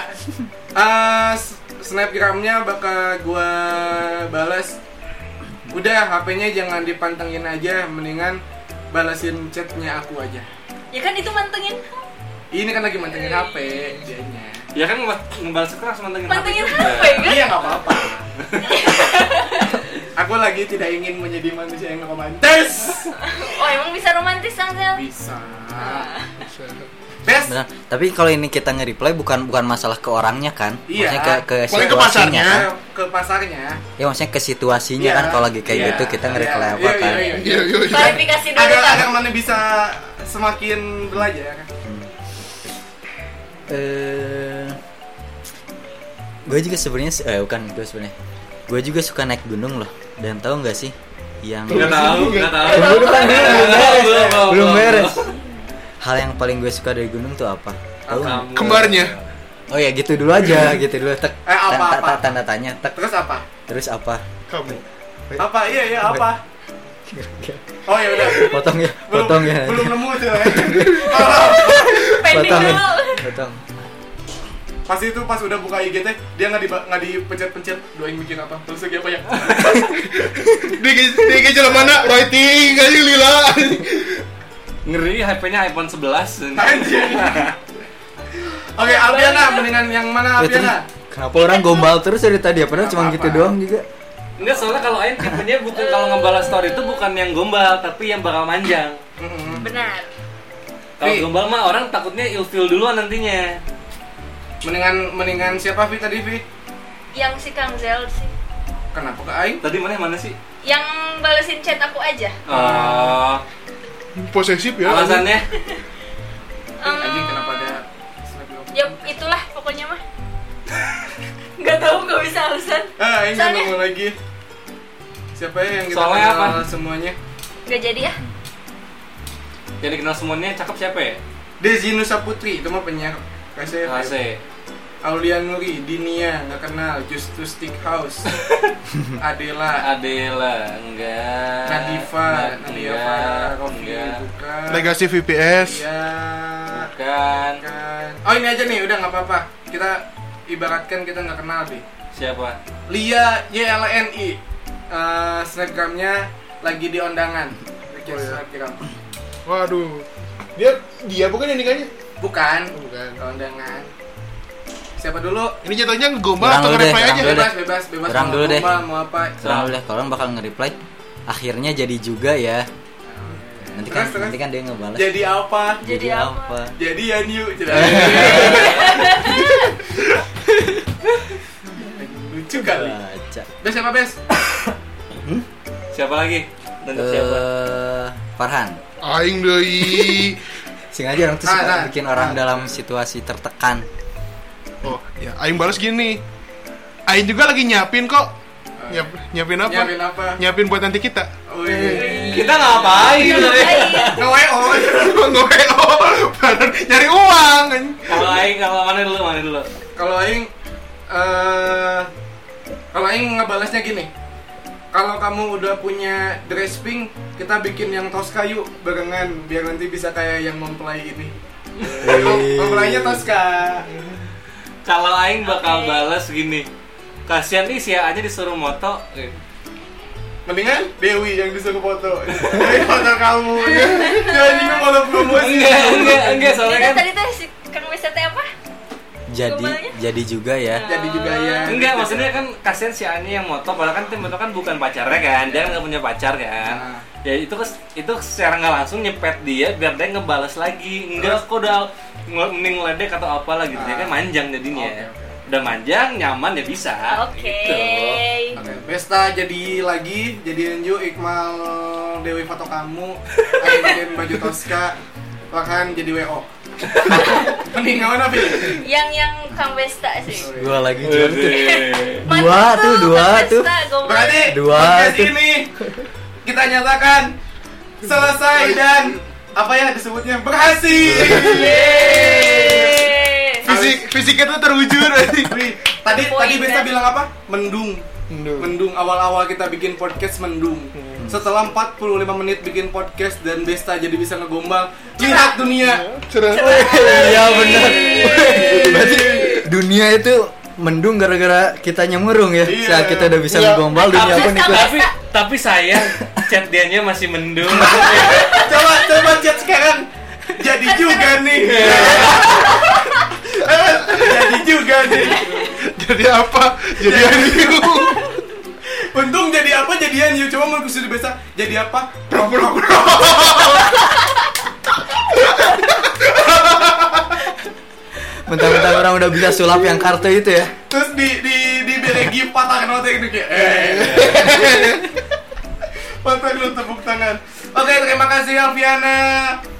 Speaker 1: Eh, s- snapgramnya bakal gua balas. Udah, HP-nya jangan dipantengin aja, mendingan balasin chatnya aku aja.
Speaker 4: Ya kan itu mantengin.
Speaker 1: Ini kan lagi mantengin HP, dianya.
Speaker 2: Ya kan ngebal- ngebalas keras mantengin gitu.
Speaker 4: Mantengin
Speaker 2: juga.
Speaker 4: HP kan.
Speaker 1: Iya nggak apa-apa. aku lagi tidak ingin menjadi manusia yang romantis.
Speaker 4: Oh, emang bisa romantis
Speaker 5: Iya.
Speaker 4: Angel?
Speaker 1: Bisa. Best.
Speaker 3: Benar. Nah, tapi kalau ini kita nge-reply bukan bukan masalah ke orangnya kan
Speaker 1: Iya.
Speaker 3: maksudnya ke ke
Speaker 5: Paling ke
Speaker 3: situasinya
Speaker 5: pasarnya.
Speaker 3: kan
Speaker 1: Ke- Ke pasarnya.
Speaker 3: ya maksudnya ke situasinya
Speaker 1: Iya.
Speaker 3: kan kalau lagi kayak
Speaker 1: Iya.
Speaker 3: gitu kita nge-reply
Speaker 1: Iya,
Speaker 3: apa
Speaker 1: iya,
Speaker 3: kan
Speaker 1: iya, iya.
Speaker 5: Iya iya. iya.
Speaker 4: Klarifikasi dulu
Speaker 1: agar agar
Speaker 4: kan.
Speaker 1: mana bisa semakin belajar
Speaker 3: eh gue juga sebenarnya eh bukan gue sebenarnya gue juga suka naik gunung loh dan tahu nggak sih yang
Speaker 2: Nggak tahu, nggak tahu.
Speaker 3: belum
Speaker 2: Belum, belum,
Speaker 3: belum
Speaker 2: belum.
Speaker 3: beres hal yang paling gue suka dari gunung tuh apa tahu nggak?
Speaker 5: Kembarnya.
Speaker 3: oh ya gitu dulu aja gitu dulu tek
Speaker 1: Eh,
Speaker 3: tanda,
Speaker 1: apa, apa?
Speaker 3: tanda tanya tek
Speaker 1: Terus apa?
Speaker 3: terus apa
Speaker 5: Kamu.
Speaker 1: Apa? Iya iya apa? Oh ya udah.
Speaker 3: potong ya
Speaker 1: Belum,
Speaker 3: potong ya
Speaker 1: belum nemu sih lah.
Speaker 4: pending
Speaker 3: potong ya
Speaker 4: dulu
Speaker 3: potong
Speaker 1: Pas itu pas udah buka IGT dia nggak di nggak dipencet-pencet doain bikin apa terus lagi apa ya?
Speaker 5: Di di gejala mana? Writing aja lila.
Speaker 2: Ngeri HP-nya iPhone 11.
Speaker 1: Anjir. Oke, Alpiana mendingan yang mana
Speaker 3: Ya, terus,
Speaker 1: Alpiana?
Speaker 3: kenapa orang gombal terus dari tadi ya padahal cuma
Speaker 1: Apa-apa.
Speaker 3: gitu doang juga
Speaker 2: Enggak soalnya kalau Ain tipenya bukan kalau ngebalas story itu bukan yang gombal tapi yang bakal manjang.
Speaker 1: Mm-mm.
Speaker 4: benar
Speaker 2: Kalau
Speaker 1: Pi.
Speaker 2: gombal mah orang takutnya ilfil duluan nantinya.
Speaker 1: Mendingan mendingan siapa Vi tadi Vi?
Speaker 4: yang si Kang Zel sih
Speaker 1: Kenapa ke Aing?
Speaker 2: Tadi mana mana sih?
Speaker 4: yang balesin chat aku aja
Speaker 3: Ah.
Speaker 2: Oh,
Speaker 5: Posesif
Speaker 2: Eh,
Speaker 5: ya.
Speaker 2: alasannya
Speaker 1: Aing
Speaker 5: Eh,
Speaker 1: Eh, anjing kenapa ada
Speaker 4: ya itulah pokoknya mah nggak tahu nggak bisa alasan
Speaker 1: Ah, Aing
Speaker 4: Soalnya-
Speaker 1: nemu lagi. Siapa ya yang kita
Speaker 2: Soalnya
Speaker 1: kenal
Speaker 2: apa?
Speaker 1: semuanya?
Speaker 4: nggak jadi ya
Speaker 2: yang dikenal semuanya cakep siapa ya?
Speaker 1: Desi Nusa Putri itu mah penyiar ya,
Speaker 3: Iya,
Speaker 1: KCR.
Speaker 2: AC.
Speaker 1: Aulian Nuri, Dinia, nggak kenal, Justus Stickhouse, Adela,
Speaker 2: Adela, enggak.
Speaker 1: Nadifa, Nadia Farah,
Speaker 2: enggak,
Speaker 1: Rofi,
Speaker 2: enggak.
Speaker 1: bukan.
Speaker 5: Legacy VPS.
Speaker 1: Iya.
Speaker 2: Bukan.
Speaker 1: Bukan. Oh ini aja nih, udah nggak apa-apa. Kita ibaratkan kita nggak kenal deh.
Speaker 2: Siapa?
Speaker 1: Lia YLNI, Eh, snapgramnya lagi di ondangan.
Speaker 5: Oh,
Speaker 1: Bikin
Speaker 5: iya.
Speaker 1: snapgram.
Speaker 5: Waduh. Dia dia bukan yang nikahnya.
Speaker 1: Bukan,
Speaker 5: Oh, bukan.
Speaker 1: ondangan. Siapa dulu?
Speaker 5: Ini jatuhnya ngegombal
Speaker 3: Serang
Speaker 5: atau
Speaker 3: lu deh,
Speaker 5: nge-reply
Speaker 3: serang
Speaker 5: aja?
Speaker 3: lu deh.
Speaker 1: Bebas, bebas, bebas.
Speaker 3: Serang
Speaker 1: mau
Speaker 3: dulu deh.
Speaker 1: apa, Mau apa?
Speaker 3: Serang deh kalau orang bakal nge-reply akhirnya jadi juga ya nanti kan
Speaker 1: Terus, terus.
Speaker 3: nanti kan dia ngebales
Speaker 1: Jadi apa?
Speaker 4: Jadi apa?
Speaker 1: Jadi ya new Lucu kali.
Speaker 3: Baca.
Speaker 1: Bes siapa Bes?
Speaker 2: Siapa lagi? Dan siapa?
Speaker 3: Eh, Farhan
Speaker 5: Aing deui.
Speaker 3: sengaja orang tuh suka
Speaker 1: Ah, nah.
Speaker 3: bikin orang
Speaker 1: Ah.
Speaker 3: dalam situasi tertekan
Speaker 5: Oh, ya aing balas gini. Aing juga lagi nyiapin kok. Nyiap, nyiapin apa?
Speaker 1: Nyiapin apa?
Speaker 5: Nyiapin buat nanti kita.
Speaker 1: Wih. oh,
Speaker 2: Kita ngapain?
Speaker 1: Iya. Nge WO.
Speaker 5: Nge-WO, padahal nyari uang.
Speaker 2: Kalau Aing, kalau mana dulu, mana dulu?
Speaker 1: Kalau aing eh kalau aing ngebalasnya gini. Kalau kamu udah punya dress pink, kita bikin yang tos kayu barengan biar nanti bisa kayak yang mempelai ini. Mem- Mempelainya Tosca.
Speaker 2: Kalau Aing bakal
Speaker 4: Oke.
Speaker 2: balas gini Kasian nih si A aja disuruh moto
Speaker 1: Iya.
Speaker 2: Eh,
Speaker 1: Mendingan Dewi yang disuruh foto. Dewi foto kamu. Jadi ini foto promosi.
Speaker 2: Enggak, enggak, enggak Soalnya
Speaker 4: Itu
Speaker 2: kan
Speaker 4: tadi tuh si Kang Wisata apa
Speaker 3: jadi
Speaker 4: Gombalnya?
Speaker 3: jadi juga ya
Speaker 1: Jadi juga ya.
Speaker 2: Enggak, maksudnya kan kasihan si A nya yang moto Padahal kan tim moto kan bukan pacarnya kan Dia nggak punya pacar
Speaker 1: Ah.
Speaker 2: kan Ya itu kes- itu secara nggak langsung nyepet dia Biar dia ngebales lagi Enggak, kok udah ngel- mending ngeledek atau apalah gitu Dia kan manjang jadinya
Speaker 1: Ah. Oke, oke.
Speaker 2: Udah manjang, nyaman ya bisa
Speaker 4: oke
Speaker 2: Gitu.
Speaker 1: Oke, Besta jadi lagi, jadi Enju, Iqmal, Dewi foto kamu, Ayo bagian baju Tosca, bahkan jadi WO. Mending gak mana, Fi?
Speaker 4: yang yang Kang Westa sih
Speaker 3: dua lagi juga tuh.
Speaker 2: Wih.
Speaker 3: Dua
Speaker 4: Mantap
Speaker 3: tuh, dua
Speaker 4: Kang
Speaker 3: tuh.
Speaker 4: Westa, gombal.
Speaker 1: Berarti
Speaker 3: Dua,
Speaker 1: podcast
Speaker 3: tuh.
Speaker 1: ini kita nyatakan selesai dan apa ya disebutnya berhasil.
Speaker 4: Yeay.
Speaker 5: Fisik fisik itu terwujud. anjing.
Speaker 1: Wih, tadi
Speaker 4: Poin,
Speaker 1: tadi Besta
Speaker 4: kan?
Speaker 1: bilang apa? Mendung. Mendung awal-awal kita bikin podcast mendung. Setelah 45 menit bikin podcast dan Besta jadi bisa ngegombal, lihat dunia.
Speaker 5: Cerah.
Speaker 3: iya benar berarti dunia itu mendung gara-gara kitanya murung ya
Speaker 1: Iya.
Speaker 3: saat kita udah bisa
Speaker 5: Iya.
Speaker 3: ngegombal dunia pun
Speaker 2: tapi,
Speaker 3: ikut
Speaker 2: tapi, tapi saya chat dianya masih mendung
Speaker 1: coba coba chat sekarang jadi juga nih jadi juga nih
Speaker 5: Jadi apa? Jadi Ayu.
Speaker 1: untung jadi apa jadian yuk coba mau kusut biasa jadi apa bro bro bro
Speaker 3: mentang-mentang orang udah bisa sulap yang kartu itu ya
Speaker 1: terus di di di beregi patah nota gitu kayak eh patah dulu tepuk tangan oke terima kasih Alfiana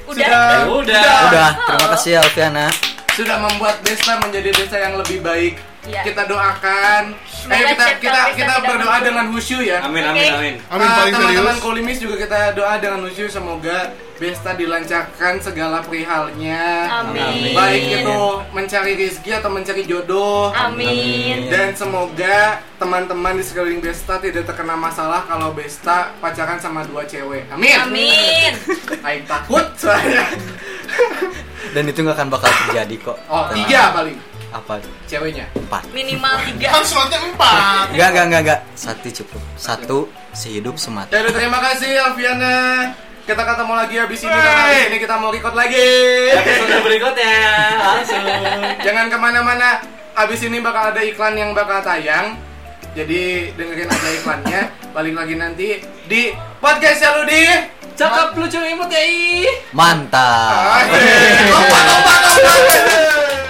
Speaker 4: Udah?
Speaker 1: sudah
Speaker 2: Udah.
Speaker 3: udah terima kasih Alfiana
Speaker 1: sudah membuat desa menjadi desa yang lebih baik.
Speaker 4: Iya.
Speaker 1: Kita doakan. Eh
Speaker 4: Semoga
Speaker 1: kita kita
Speaker 4: cipta desa
Speaker 1: kita
Speaker 4: tidak
Speaker 1: berdoa
Speaker 4: mendung.
Speaker 1: dengan khusyuk ya.
Speaker 2: amin amin
Speaker 4: Oke.
Speaker 2: amin
Speaker 5: Amin
Speaker 1: Ah,
Speaker 5: paling
Speaker 1: teman-teman
Speaker 5: serius.
Speaker 1: kolimis juga kita doa dengan khusyuk semoga Besta dilancarkan segala perihalnya.
Speaker 4: Amin.
Speaker 1: Baik itu mencari rezeki atau mencari jodoh.
Speaker 4: Amin.
Speaker 1: Dan semoga teman-teman di sekeliling Besta tidak terkena masalah kalau Besta pacaran sama dua cewek. Amin.
Speaker 4: Amin.
Speaker 1: Aing takut soalnya.
Speaker 3: Dan itu nggak akan bakal terjadi kok.
Speaker 1: Oh,
Speaker 3: Tenang.
Speaker 1: tiga paling
Speaker 3: Apa?
Speaker 1: ceweknya.
Speaker 3: Empat.
Speaker 4: Minimal tiga.
Speaker 5: Kan slotnya empat.
Speaker 3: Enggak, enggak, enggak, enggak. Satu cukup. Satu sehidup semata.
Speaker 1: Ya udah, terima kasih Alfiana. Kita ketemu lagi habis ini dan habis ini kita mau record lagi.
Speaker 2: Episode berikutnya langsung.
Speaker 1: Jangan kemana-mana. Habis ini bakal ada iklan yang bakal tayang. Jadi dengerin aja iklannya. Balik lagi nanti di podcast selalu di.
Speaker 2: Cakep lucu imut ya ih.
Speaker 3: Mantap.
Speaker 1: Oke. Lompat, lompat, lompat.